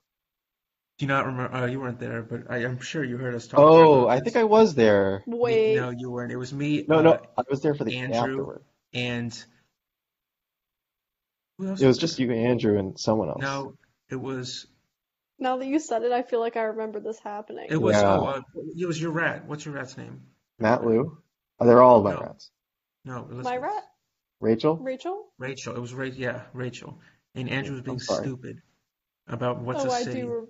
Speaker 3: Do you not remember? Uh, you weren't there, but I, I'm sure you heard us talking
Speaker 1: Oh,
Speaker 3: about
Speaker 1: I
Speaker 3: this.
Speaker 1: think I was there.
Speaker 2: Wait.
Speaker 3: No, you weren't. It was me.
Speaker 1: No, no,
Speaker 3: uh,
Speaker 1: I was there for the
Speaker 3: Andrew.
Speaker 1: afterward.
Speaker 3: and who else
Speaker 1: It was
Speaker 3: was
Speaker 1: just
Speaker 3: there?
Speaker 1: you, Andrew, and someone else.
Speaker 3: No, it was
Speaker 2: Now that you said it, I feel like I remember this happening.
Speaker 3: it was
Speaker 1: Yeah.
Speaker 3: oh uh, it was your rat. What's your rat's name?
Speaker 1: Matt Lou. Oh, they're all my
Speaker 3: No.
Speaker 1: rats.
Speaker 3: No,
Speaker 2: My
Speaker 3: Elizabeth.
Speaker 2: rat,
Speaker 1: Rachel?
Speaker 2: Rachel?
Speaker 3: Rachel. It was Ra yeah, Rachel. And Andrew was
Speaker 1: I'm
Speaker 3: being
Speaker 1: sorry.
Speaker 3: stupid about what's
Speaker 2: Oh,
Speaker 3: a
Speaker 2: I
Speaker 3: city.
Speaker 2: do, re-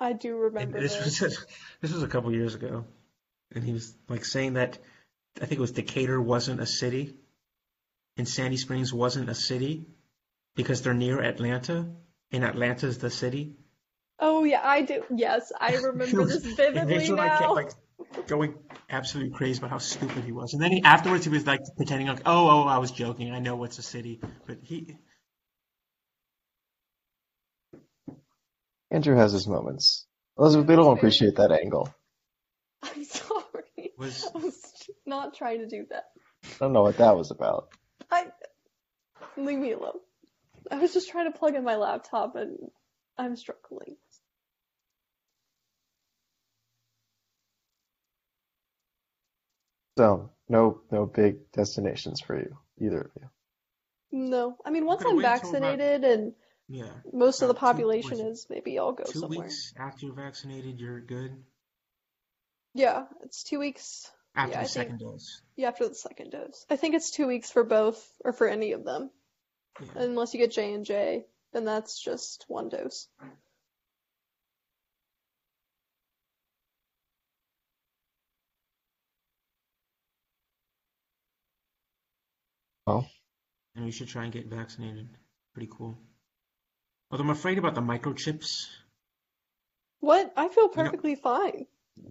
Speaker 2: I do
Speaker 3: And
Speaker 2: remember
Speaker 3: this
Speaker 2: this.
Speaker 3: was this was a couple years ago, and he was like saying that I think it was Decatur wasn't a city, and Sandy Springs wasn't a city because they're near Atlanta, and Atlanta's the city.
Speaker 2: Oh yeah, I do. Yes, I remember this
Speaker 3: And that's
Speaker 2: vividly
Speaker 3: when I kept
Speaker 2: now.
Speaker 3: like going absolutely crazy about how stupid he was. And then he, afterwards he was like pretending like, oh, oh, I was joking. I know what's a city. But he,
Speaker 1: Andrew has his moments. Elizabeth, we don't appreciate that angle.
Speaker 2: I'm sorry.
Speaker 3: Was-
Speaker 2: I was not trying to do that.
Speaker 1: I don't know what that was about.
Speaker 2: I leave me alone. I was just trying to plug in my laptop and I'm struggling.
Speaker 1: So, no, no big destinations for you, either of you.
Speaker 2: No, I mean once
Speaker 3: Could
Speaker 2: I'm
Speaker 3: wait till about-
Speaker 2: vaccinated and
Speaker 3: yeah,
Speaker 2: most of the
Speaker 3: About two-
Speaker 2: population
Speaker 3: was it
Speaker 2: is, maybe I'll go
Speaker 3: two
Speaker 2: somewhere.
Speaker 3: weeks after you're vaccinated, you're good.
Speaker 2: Yeah, it's two weeks.
Speaker 3: After
Speaker 2: Yeah,
Speaker 3: the
Speaker 2: I think.
Speaker 3: second dose.
Speaker 2: Yeah, after the second dose. I think it's two weeks for both or for any of them.
Speaker 3: Yeah.
Speaker 2: Unless you get J and J, then that's just one dose.
Speaker 1: Well,
Speaker 3: And you should try and get vaccinated. Pretty cool. Although I'm afraid about the microchips.
Speaker 2: What? I feel
Speaker 3: You know-
Speaker 2: perfectly fine.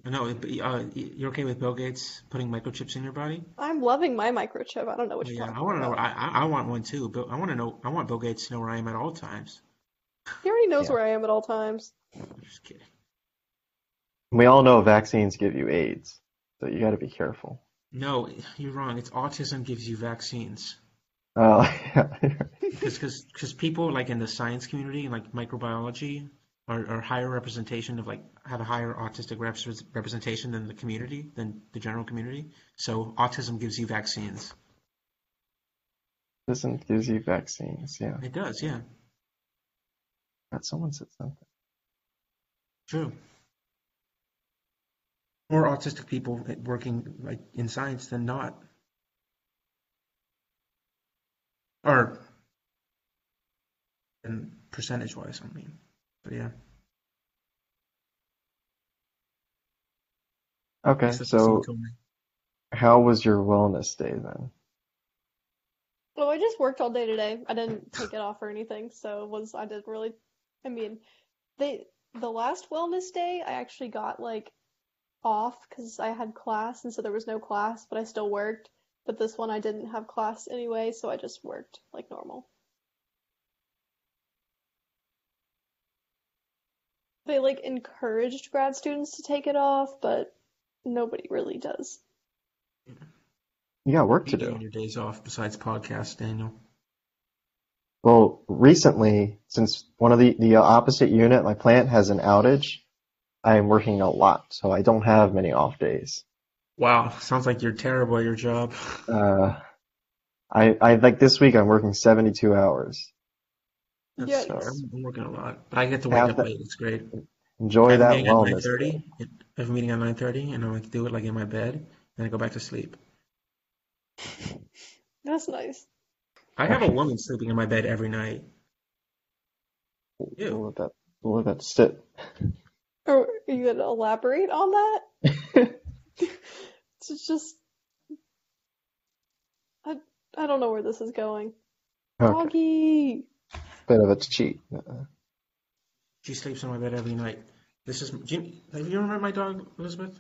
Speaker 3: I know, uh, you're okay with Bill Gates putting microchips in your body?
Speaker 2: I'm loving my microchip. I don't know what
Speaker 3: Well,
Speaker 2: you're
Speaker 3: yeah, I
Speaker 2: talking
Speaker 3: want to know.
Speaker 2: about.
Speaker 3: I, I I want one too. Bill, I want to know. I want Bill Gates to know where I am at all times.
Speaker 2: He already knows
Speaker 1: Yeah.
Speaker 2: where I am at all times.
Speaker 3: I'm just kidding.
Speaker 1: we all know vaccines give you AIDS, so you got to be careful.
Speaker 3: No, you're wrong. It's autism gives you vaccines.
Speaker 1: Oh,
Speaker 3: Because because because people like in the science community and like microbiology are, are higher representation of like have a higher autistic reps- representation than the community than the general community. So autism gives you vaccines.
Speaker 1: Doesn't gives you vaccines. Yeah,
Speaker 3: It does, yeah.
Speaker 1: God, someone said something.
Speaker 3: True. More autistic people at working like in science than not. Or and percentage wise, I mean. But yeah. I
Speaker 1: Okay,
Speaker 3: guess that's the same
Speaker 1: so
Speaker 3: company.
Speaker 1: how was your wellness day then?
Speaker 2: Well, I just worked all day today. I didn't take it off or anything, so it was I did really I mean, they the last wellness day I actually got like off 'cause I had class and so there was no class, but I still worked. But this one I didn't have class anyway, so I just worked like normal. They like encouraged grad students to take it off, but nobody really does.
Speaker 1: You got work
Speaker 3: What
Speaker 1: to
Speaker 3: do you do
Speaker 1: do.
Speaker 3: on your days off besides podcasts, Daniel?
Speaker 1: Well, recently, since one of the, the opposite unit, my plant has an outage, I am working a lot, so I don't have many off days.
Speaker 3: Wow, sounds like you're terrible at your job.
Speaker 1: Uh, I, I like this week I'm working 72 hours.
Speaker 3: That
Speaker 2: Yikes.
Speaker 3: sucks. I'm I'm working a lot, but I get to wake
Speaker 1: Half
Speaker 3: up
Speaker 1: the-
Speaker 3: late. It's great. I
Speaker 1: Enjoy
Speaker 3: have a
Speaker 1: that
Speaker 3: meeting at
Speaker 1: wellness.
Speaker 3: 9:30. I have a meeting at 9:30, and I like do it like in my bed, and I go back to sleep.
Speaker 2: That's nice.
Speaker 3: I have a woman sleeping in my bed every night.
Speaker 1: We'll
Speaker 3: Ew.
Speaker 1: let that, we'll let that sit.
Speaker 2: Are are you gonna elaborate on that? It's just I I don't know where this is going.
Speaker 1: Okay,
Speaker 2: Doggy.
Speaker 1: bit of a cheat. Uh,
Speaker 3: She sleeps in my bed every night. This is. Do you, have you ever met my dog Elizabeth?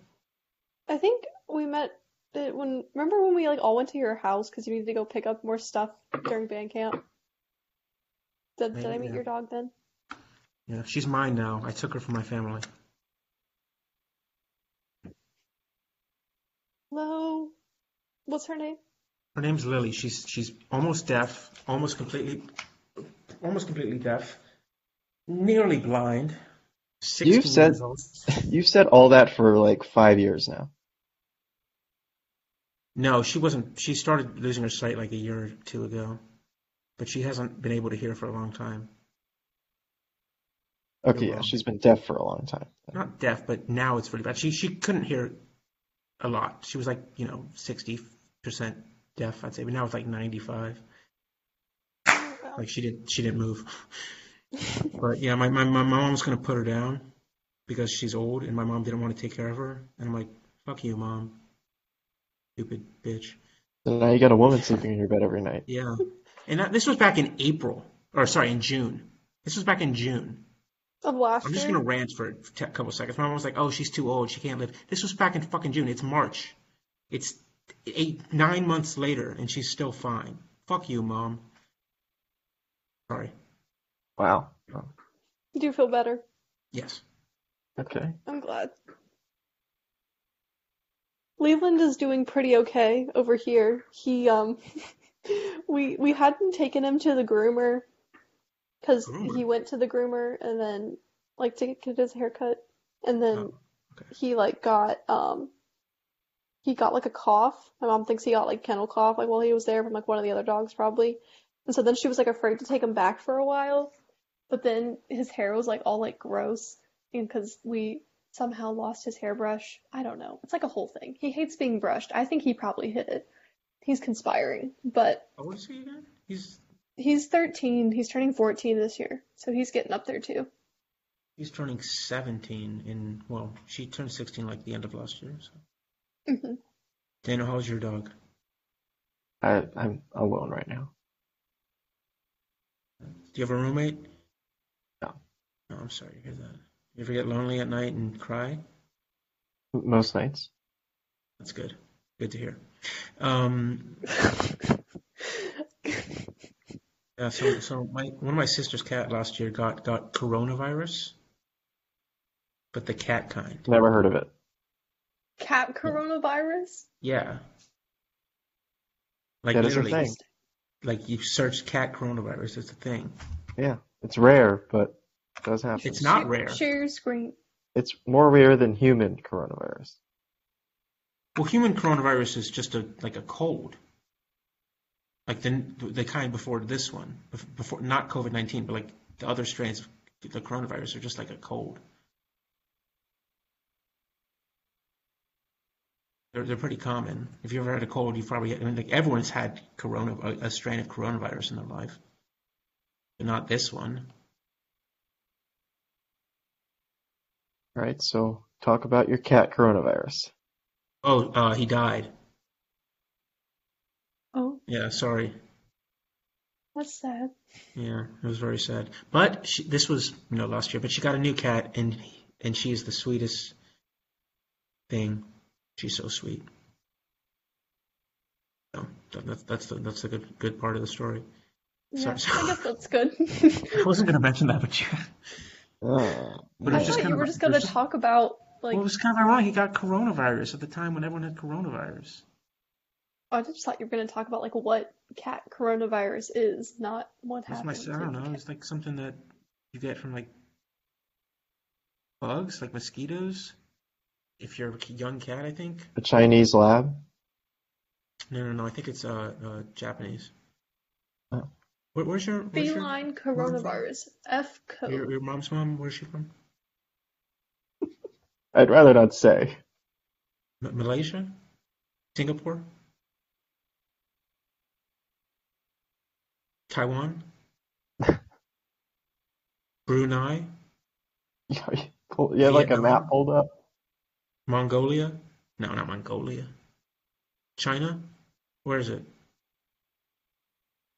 Speaker 2: I think we met it when remember when we like all went to your house because you needed to go pick up more stuff during band camp. Did did I
Speaker 3: Maybe,
Speaker 2: meet
Speaker 3: yeah.
Speaker 2: your dog then?
Speaker 3: Yeah, she's mine now. I took her from my family.
Speaker 2: Hello. What's her name?
Speaker 3: Her name's Lily. She's she's almost deaf, almost completely, almost completely deaf, nearly blind. 16
Speaker 1: You've said-
Speaker 3: years old.
Speaker 1: You've said all that for like five years now.
Speaker 3: No, she wasn't. She started losing her sight like a year or two ago, but she hasn't been able to hear for a long time.
Speaker 1: Okay,
Speaker 3: You're
Speaker 1: yeah,
Speaker 3: wrong.
Speaker 1: she's been deaf for a long time.
Speaker 3: Not deaf, but now it's really bad. She she couldn't hear a lot. She was like, you know, 60% deaf, I'd say, but now it's like 95.
Speaker 2: Oh, wow.
Speaker 3: Like she did she didn't move. But yeah, my, my, my mom was gonna put her down because she's old and my mom didn't want to take care of her. And I'm like, fuck you, mom. Stupid bitch.
Speaker 1: So now you got a woman sleeping in your bed every night.
Speaker 3: Yeah. And that, this was back in April, or sorry, in June. This was back in June.
Speaker 2: Of
Speaker 3: I'm just
Speaker 2: laughter.
Speaker 3: gonna rant for a couple seconds. My mom was like, "Oh, she's too old. She can't live." This was back in fucking June. It's March. It's eight, nine months later, and she's still fine. Fuck you, mom. Sorry.
Speaker 1: Wow. Oh,
Speaker 2: You do feel better.
Speaker 3: Yes.
Speaker 1: Okay.
Speaker 2: I'm glad. Leland is doing pretty okay over here. He um we we hadn't taken him to the groomer because he
Speaker 3: Groomer?
Speaker 2: went to the groomer and then like to get his haircut and then
Speaker 3: Oh,
Speaker 2: he like got um he got like a cough. My mom thinks he got like kennel cough like while he was there from like one of the other dogs probably. And so then she was like afraid to take him back for a while. But then his hair was like all like gross and because we somehow lost his hairbrush. I don't know. It's like a whole thing. He hates being brushed. I think he probably hid it. He's conspiring, but
Speaker 3: How old is he again? He's
Speaker 2: he's 13. He's turning 14 this year, so he's getting up there too.
Speaker 3: he's turning 17 in well, she turned 16 like the end of last year. So.
Speaker 2: Mhm.
Speaker 3: Daniel, how's your dog?
Speaker 1: I, I'm alone right now.
Speaker 3: Do you have a roommate?
Speaker 1: No.
Speaker 3: No, I'm sorry to hear that. You ever get lonely at night and cry?
Speaker 1: Most nights.
Speaker 3: That's good. Good to hear. Um, Yeah, Uh, so so my one of my sister's cat last year got got coronavirus, but the cat kind.
Speaker 1: Never heard of it.
Speaker 2: Cat coronavirus?
Speaker 3: Yeah. Like
Speaker 1: That is a
Speaker 3: literally,
Speaker 1: thing.
Speaker 3: like you search cat coronavirus, it's a thing.
Speaker 1: Yeah. It's rare, but it does happen.
Speaker 3: It's not
Speaker 2: Share-
Speaker 3: rare.
Speaker 2: Share your screen.
Speaker 1: It's more rare than human coronavirus.
Speaker 3: Well, human coronavirus is just a like a cold. like the the kind before this one, bef- before not COVID nineteen, but like the other strains of the coronavirus are just like a cold. They're they're pretty common. If you ever had a cold, you probably I mean like everyone's had corona a, a strain of coronavirus in their life, but not this one.
Speaker 1: All right, so talk about your cat coronavirus.
Speaker 3: Oh, uh, he died.
Speaker 2: Oh,
Speaker 3: Yeah, sorry.
Speaker 2: that's sad.
Speaker 3: Yeah, it was very sad. But she, this was, you know, last year. But she got a new cat, and and she is the sweetest thing. She's so sweet. So that, that's that's the that's the good good part of the story.
Speaker 2: Yeah,
Speaker 3: Sorry.
Speaker 2: I guess that's good.
Speaker 3: I wasn't gonna mention that, but you.
Speaker 1: Uh,
Speaker 3: But
Speaker 2: I
Speaker 3: it's just
Speaker 2: thought
Speaker 3: kind
Speaker 2: you
Speaker 3: of
Speaker 2: were
Speaker 3: a-
Speaker 2: just gonna
Speaker 3: it's just-
Speaker 2: talk about like
Speaker 3: Well, it was kind of ironic. He got coronavirus at the time when everyone had coronavirus.
Speaker 2: I just thought you were gonna talk about like what cat coronavirus is, not what
Speaker 3: That's my,
Speaker 2: happens.
Speaker 3: I don't
Speaker 2: with
Speaker 3: know.
Speaker 2: cat-
Speaker 3: It's like something that you get from like bugs, like mosquitoes. If you're a young cat, I think.
Speaker 1: a Chinese lab.
Speaker 3: No, no, no. I think it's uh, uh Japanese.
Speaker 1: Oh.
Speaker 3: Where, where's your where's your,
Speaker 2: Feline coronavirus, F
Speaker 3: your
Speaker 2: code.
Speaker 3: your mom's mom? Where's she from?
Speaker 1: I'd rather not say.
Speaker 3: M- Malaysia, Singapore, Taiwan, Brunei,
Speaker 1: Pull- You have like a map pulled up.
Speaker 3: Mongolia. No, not Mongolia. China. Where is it?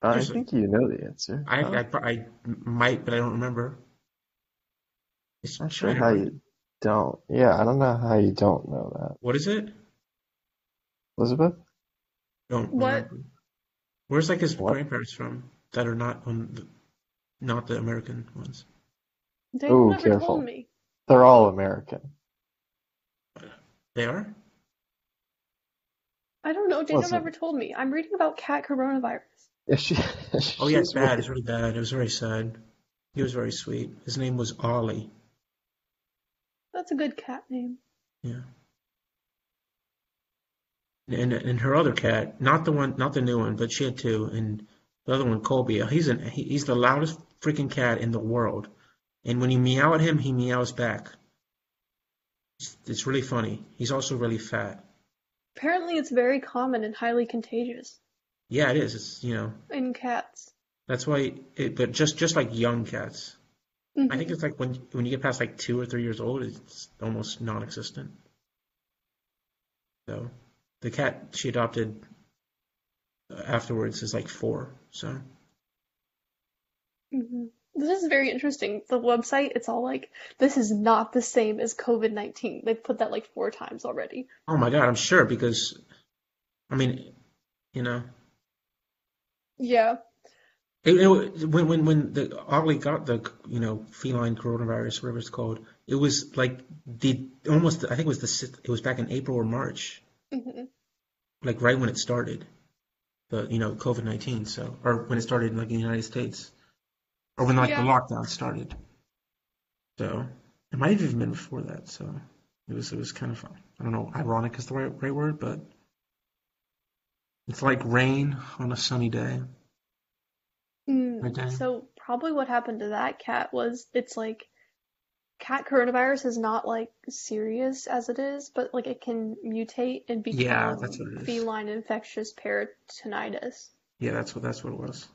Speaker 1: I
Speaker 3: Seriously.
Speaker 1: think you know the answer.
Speaker 3: I,
Speaker 1: Huh?
Speaker 3: I, pro- I might, but I don't remember. It's
Speaker 1: I'm not sure
Speaker 3: China,
Speaker 1: how
Speaker 3: right?
Speaker 1: you don't. Yeah, I don't know how you don't know that,
Speaker 3: What is it?
Speaker 1: Elizabeth.
Speaker 3: Don't
Speaker 2: What?
Speaker 3: remember. Where's like his
Speaker 1: What?
Speaker 3: grandparents from that are not on the, not the American ones?
Speaker 2: They
Speaker 1: Ooh,
Speaker 2: never
Speaker 1: careful.
Speaker 2: told me.
Speaker 1: They're all American.
Speaker 3: They are?
Speaker 2: I don't know. Dana
Speaker 1: Listen.
Speaker 2: never told me. I'm reading about cat coronavirus.
Speaker 1: Yeah, she,
Speaker 3: Oh yeah, it's
Speaker 1: she's
Speaker 3: bad. It's really bad. It was very sad. He was very sweet. His name was Ollie.
Speaker 2: That's a good cat name.
Speaker 3: Yeah. And and her other cat, not the one, not the new one, but she had two, and the other one, Colby. He's an he, he's the loudest freaking cat in the world, and when you meow at him, he meows back. It's, it's really funny. He's also really fat.
Speaker 2: Apparently, it's very common and highly contagious
Speaker 3: Yeah, it is. It's you know
Speaker 2: in cats.
Speaker 3: that's why. It, but just just like young cats, I
Speaker 2: Mhm.
Speaker 3: think it's like when when you get past like two or three years old, it's almost non-existent. So the cat she adopted uh, afterwards is like four. So
Speaker 2: Mhm. This is very interesting. The website, it's all like, this is not the same as COVID-19. They've put that like four times already.
Speaker 3: oh my God, I'm sure because I mean, you know,
Speaker 2: Yeah.
Speaker 3: it, it, when when when the Ollie got the you know feline coronavirus, whatever it's called, it was like the almost I think it was the sixth- it was back in April or March.
Speaker 2: hmm
Speaker 3: like right when it started, the you know COVID-19, so or when it started in like the United States, or when like the
Speaker 2: Yeah.
Speaker 3: lockdown started. So it might have even been before that. So it was it was kind of I don't know ironic is the right right word, but it's like rain on a sunny day.
Speaker 2: Mm.
Speaker 3: Okay.
Speaker 2: So probably what happened to that cat was it's like cat coronavirus is not like serious as it is, but like it can mutate and
Speaker 3: Yeah,
Speaker 2: become
Speaker 3: that's what it is.
Speaker 2: feline infectious peritonitis.
Speaker 3: Yeah, that's what that's what it was.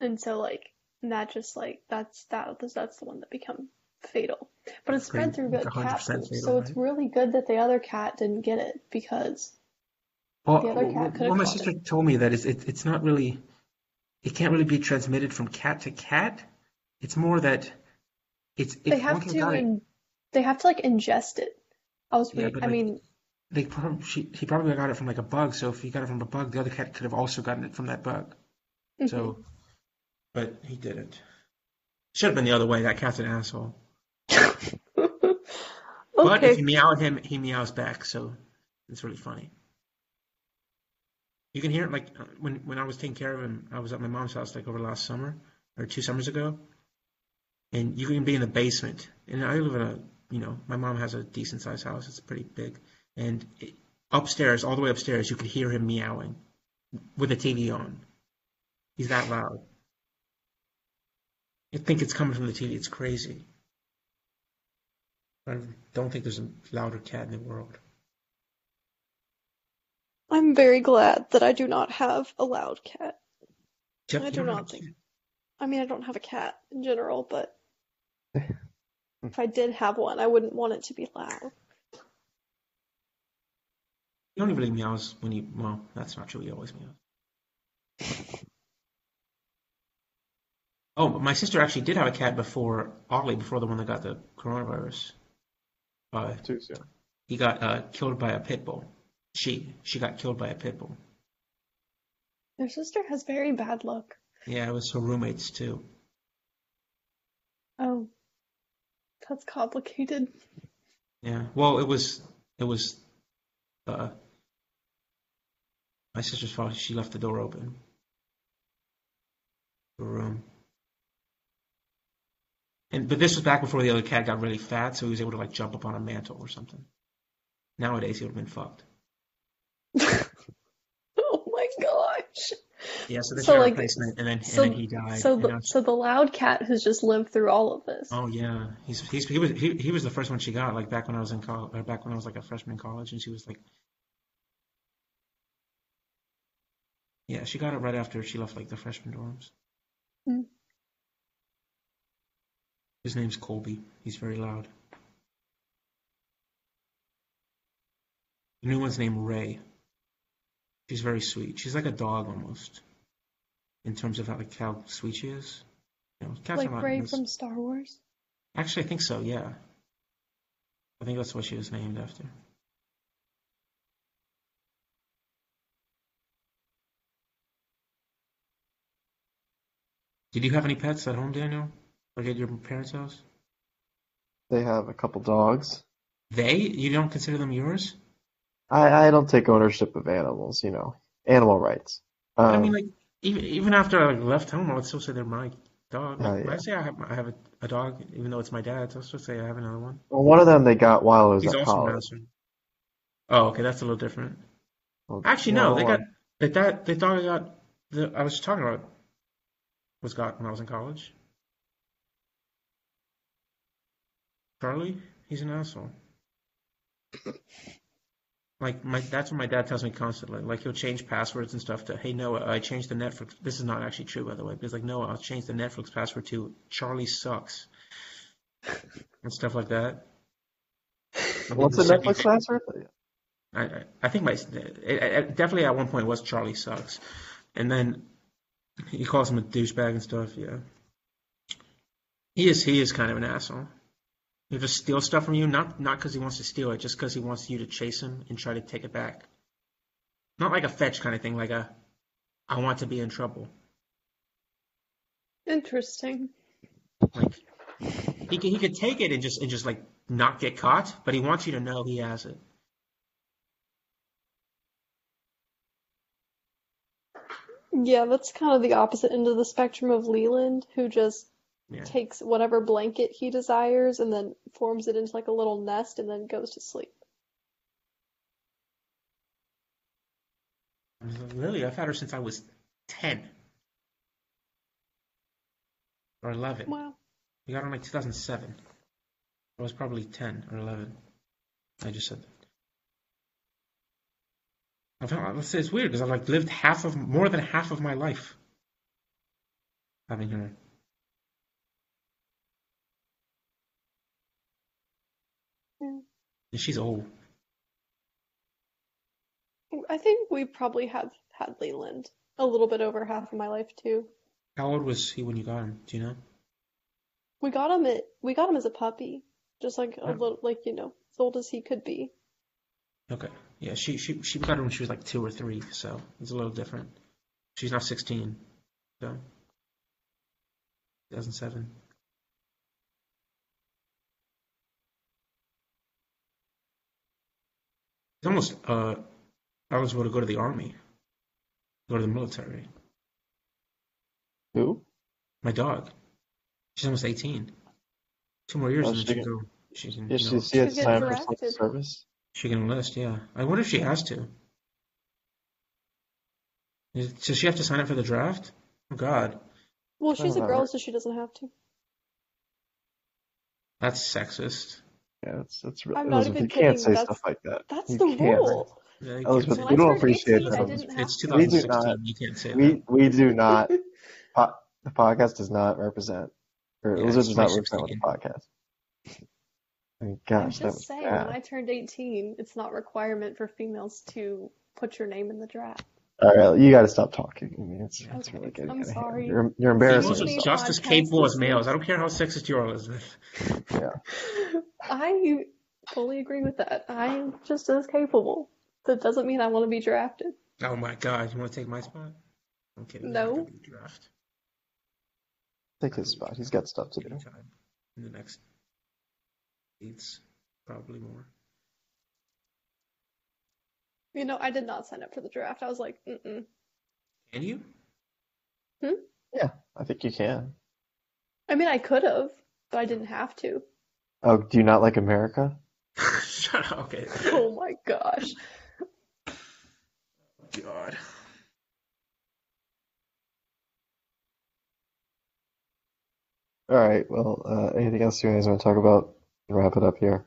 Speaker 2: And so like that just like that's that that's the one that become fatal. But it's spread
Speaker 3: Great.
Speaker 2: through
Speaker 3: Like
Speaker 2: good
Speaker 3: 100%
Speaker 2: cat poop,
Speaker 3: fatal,
Speaker 2: so it's
Speaker 3: right?
Speaker 2: really good that the other cat didn't get it because
Speaker 3: Well,
Speaker 2: The other cat
Speaker 3: well,
Speaker 2: could have
Speaker 3: well, my
Speaker 2: caught
Speaker 3: sister told me that it's it, it's not really it can't really be transmitted from cat to cat. It's more that it's
Speaker 2: they
Speaker 3: if
Speaker 2: have
Speaker 3: one cat
Speaker 2: to
Speaker 3: got it,
Speaker 2: in, they have to like ingest it. I was
Speaker 3: Yeah,
Speaker 2: read-
Speaker 3: but,
Speaker 2: I
Speaker 3: like,
Speaker 2: mean,
Speaker 3: they probably she, he probably got it from like a bug. So if he got it from a bug, the other cat could have also gotten it from that bug.
Speaker 2: mm-hmm.
Speaker 3: So, but he didn't. Should have been the other way. That cat's an asshole. But if
Speaker 2: okay.
Speaker 3: you meow at him, he meows back. So it's really funny. You can hear it like uh, when when I was taking care of him. I was at my mom's house like over last summer or two summers ago, and you can be in the basement. And I live in a you know my mom has a decent sized house. It's pretty big, and it, upstairs all the way upstairs you could hear him meowing with the TV on. He's that loud. You think it's coming from the TV. It's crazy. I don't think there's a louder cat in the world.
Speaker 2: I'm very glad that I do not have a loud cat.
Speaker 3: Jeff,
Speaker 2: I
Speaker 3: you
Speaker 2: do
Speaker 3: don't
Speaker 2: not
Speaker 3: have a
Speaker 2: think-
Speaker 3: cat?
Speaker 2: I mean, I don't have a cat in general, but if I did have one, I wouldn't want it to be loud.
Speaker 3: He only really meows when he. Well, that's not true. He always meows. Oh, but my sister actually did have a cat before, oddly, before the one that got the coronavirus. Uh,
Speaker 1: Too soon.
Speaker 3: he got uh, killed by a pit bull. She she got killed by a pit bull.
Speaker 2: Your sister has very bad luck.
Speaker 3: Yeah, it was her roommates too.
Speaker 2: Oh, that's complicated.
Speaker 3: Yeah. Well, it was it was uh, my sister's fault. She left the door open. Her room. And but this was back before the other cat got really fat, so he was able to like jump up on a mantle or something. Nowadays he would have been fucked.
Speaker 2: Oh my gosh.
Speaker 3: Yeah, so this
Speaker 2: So,
Speaker 3: got
Speaker 2: like,
Speaker 3: replaced, and then, and then
Speaker 2: so-
Speaker 3: he died.
Speaker 2: So
Speaker 3: and
Speaker 2: the
Speaker 3: now she-
Speaker 2: so the loud cat has just lived through all of this.
Speaker 3: Oh yeah, he's he's he was he, he was the first one she got like back when I was in college or back when I was like a freshman in college and she was like Yeah, she got it right after she left like the freshman dorms.
Speaker 2: Hmm.
Speaker 3: His name's Colby. He's very loud. The new one's named Ray. She's very sweet. She's like a dog almost in terms of how, like how sweet she is. You know, cats
Speaker 2: Like
Speaker 3: are not
Speaker 2: Ray
Speaker 3: nice.
Speaker 2: from Star Wars.
Speaker 3: Actually, I think so, yeah. I think that's what she was named after. Did you have any pets at home, Daniel? Like at your parents' house?
Speaker 1: They have a couple dogs.
Speaker 3: They? You don't consider them yours?
Speaker 1: I, I don't take ownership of animals, you know, animal rights.
Speaker 3: But I
Speaker 1: Um,
Speaker 3: mean, like, even even after I like, left home, I would still say they're my dog.
Speaker 1: Oh,
Speaker 3: Like, when I
Speaker 1: yeah.
Speaker 3: say I have I have a, a dog, even though it's my dad's, I'll still say I have another one.
Speaker 1: well, one of them they got while I was
Speaker 3: He's
Speaker 1: at
Speaker 3: also an
Speaker 1: college.
Speaker 3: Austin. Oh, okay, that's a little different.
Speaker 1: Well,
Speaker 3: Actually, no,
Speaker 1: well,
Speaker 3: they
Speaker 1: one.
Speaker 3: got the that the dog I got the I was talking about was got when I was in college. Charlie, he's an asshole. Like my that's what my dad tells me constantly. Like he'll change passwords and stuff to, hey Noah, I changed the Netflix. This is not actually true by the way, but he's like, Noah, I'll change the Netflix password to Charlie sucks and stuff like that. And
Speaker 1: What's the
Speaker 3: he'll send me
Speaker 1: Netflix last word?
Speaker 3: I, I- I think my it, it definitely at one point was Charlie sucks, and then he calls him a douchebag and stuff. Yeah, he is he is kind of an asshole. He'll just steal stuff from you, not not because he wants to steal it, just because he wants you to chase him and try to take it back. Not like a fetch kind of thing, like a I want to be in trouble.
Speaker 2: Interesting.
Speaker 3: Like he could, he could take it and just and just like not get caught, but he wants you to know he has it.
Speaker 2: Yeah, that's kind of the opposite end of the spectrum of Leland, who just
Speaker 3: Yeah.
Speaker 2: takes whatever blanket he desires and then forms it into like a little nest and then goes to sleep.
Speaker 3: Lily, I've had her since I was 10 or 11.
Speaker 2: Wow.
Speaker 3: We got her in like 2007. I was probably 10 or 11. I just said that. I found, let's say it's weird because I've like lived half of more than half of my life having her.
Speaker 2: Yeah.
Speaker 3: And she's old.
Speaker 2: I think we probably have had Leland a little bit over half of my life too.
Speaker 3: How old was he when you got him? Do you know?
Speaker 2: We got him at we got him as a puppy, just like a
Speaker 3: Yeah.
Speaker 2: little like you know as old as he could be.
Speaker 3: Okay. Yeah, she she she got her when she was like two or three, so it's a little different. She's now 16, so 2007. It's almost uh, eligible to go to the army, go to the military.
Speaker 1: Who?
Speaker 3: My dog, she's almost 18. Two more years
Speaker 1: Oh,
Speaker 3: and then
Speaker 1: she
Speaker 3: she
Speaker 1: can-
Speaker 3: go. She can,
Speaker 1: Yeah,
Speaker 3: you
Speaker 1: she,
Speaker 3: know,
Speaker 1: she has
Speaker 2: She's
Speaker 1: time for
Speaker 2: interactive.
Speaker 1: social service.
Speaker 3: She can enlist, yeah. I wonder if she has to. Is- Does she have to sign up for the draft? Oh, God,
Speaker 2: Well, she's a
Speaker 1: that
Speaker 2: girl,
Speaker 1: work?
Speaker 2: so she doesn't have to.
Speaker 3: that's sexist.
Speaker 1: Yeah, that's that's really
Speaker 2: I'm not
Speaker 1: Elizabeth,
Speaker 2: even
Speaker 1: you can't
Speaker 2: kidding,
Speaker 1: say
Speaker 2: that's-
Speaker 1: stuff like that.
Speaker 2: That's
Speaker 1: You
Speaker 2: the
Speaker 1: can't.
Speaker 2: rule.
Speaker 3: Yeah, you
Speaker 1: I was
Speaker 3: can't
Speaker 1: with-
Speaker 3: say
Speaker 2: When
Speaker 1: we
Speaker 2: I
Speaker 1: don't
Speaker 2: turned
Speaker 1: appreciate
Speaker 2: 18, I
Speaker 1: that.
Speaker 2: didn't
Speaker 3: that.
Speaker 2: have
Speaker 3: It's
Speaker 2: to.
Speaker 1: We do
Speaker 3: 2016.
Speaker 1: not-
Speaker 3: You can't say that.
Speaker 1: We we do not. po- the podcast does not represent, or
Speaker 3: Yeah,
Speaker 1: Elizabeth
Speaker 3: it's
Speaker 1: does not
Speaker 3: my
Speaker 1: represent what the podcast. Thank
Speaker 2: I'm
Speaker 1: gosh, that
Speaker 2: just
Speaker 1: was
Speaker 2: saying,
Speaker 1: bad.
Speaker 2: when I turned 18, it's not requirement for females to put your name in the draft.
Speaker 1: All right, you got to stop talking. I mean, it's, it's
Speaker 2: Okay,
Speaker 1: really getting
Speaker 2: I'm
Speaker 1: out of hand.
Speaker 2: sorry.
Speaker 1: You're, you're
Speaker 2: Embarrassing
Speaker 1: embarrassing
Speaker 3: Females are
Speaker 1: yourself.
Speaker 3: just as
Speaker 2: Podcast
Speaker 3: capable as males.
Speaker 2: listeners.
Speaker 3: I don't care how sexist you are, Elizabeth.
Speaker 2: I fully agree with that. I am just as capable. That doesn't mean I want to be drafted.
Speaker 3: Oh my God, you want to take my spot? Okay. we're not
Speaker 2: No.
Speaker 3: gonna do Draft.
Speaker 1: Take his spot. He's got stuff to do.
Speaker 3: anytime in the next eights, probably more.
Speaker 2: You know, I did not sign up for the draft. I was like, mm-mm.
Speaker 3: Can you?
Speaker 1: I think you can.
Speaker 2: I mean, I could have, but I didn't have to.
Speaker 1: Oh, do you not like America?
Speaker 3: Shut up. Okay.
Speaker 2: Oh my gosh.
Speaker 3: God.
Speaker 1: All right. Well, uh, anything else you guys want to talk about? Wrap it up here.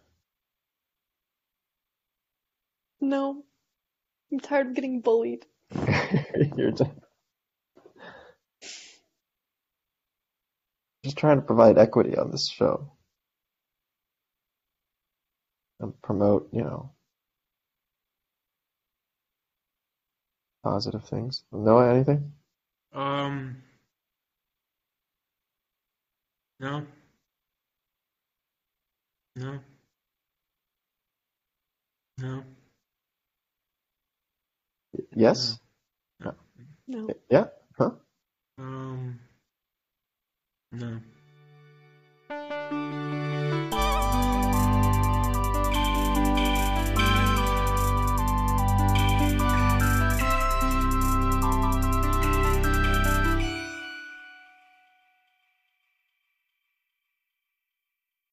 Speaker 2: No. I'm tired of getting bullied.
Speaker 1: You're done. Just trying to provide equity on this show and promote, you know, positive things. Noah, anything?
Speaker 3: Um. No. No. No.
Speaker 1: Yes?
Speaker 3: No.
Speaker 2: No.
Speaker 1: Yeah?
Speaker 3: Um. No.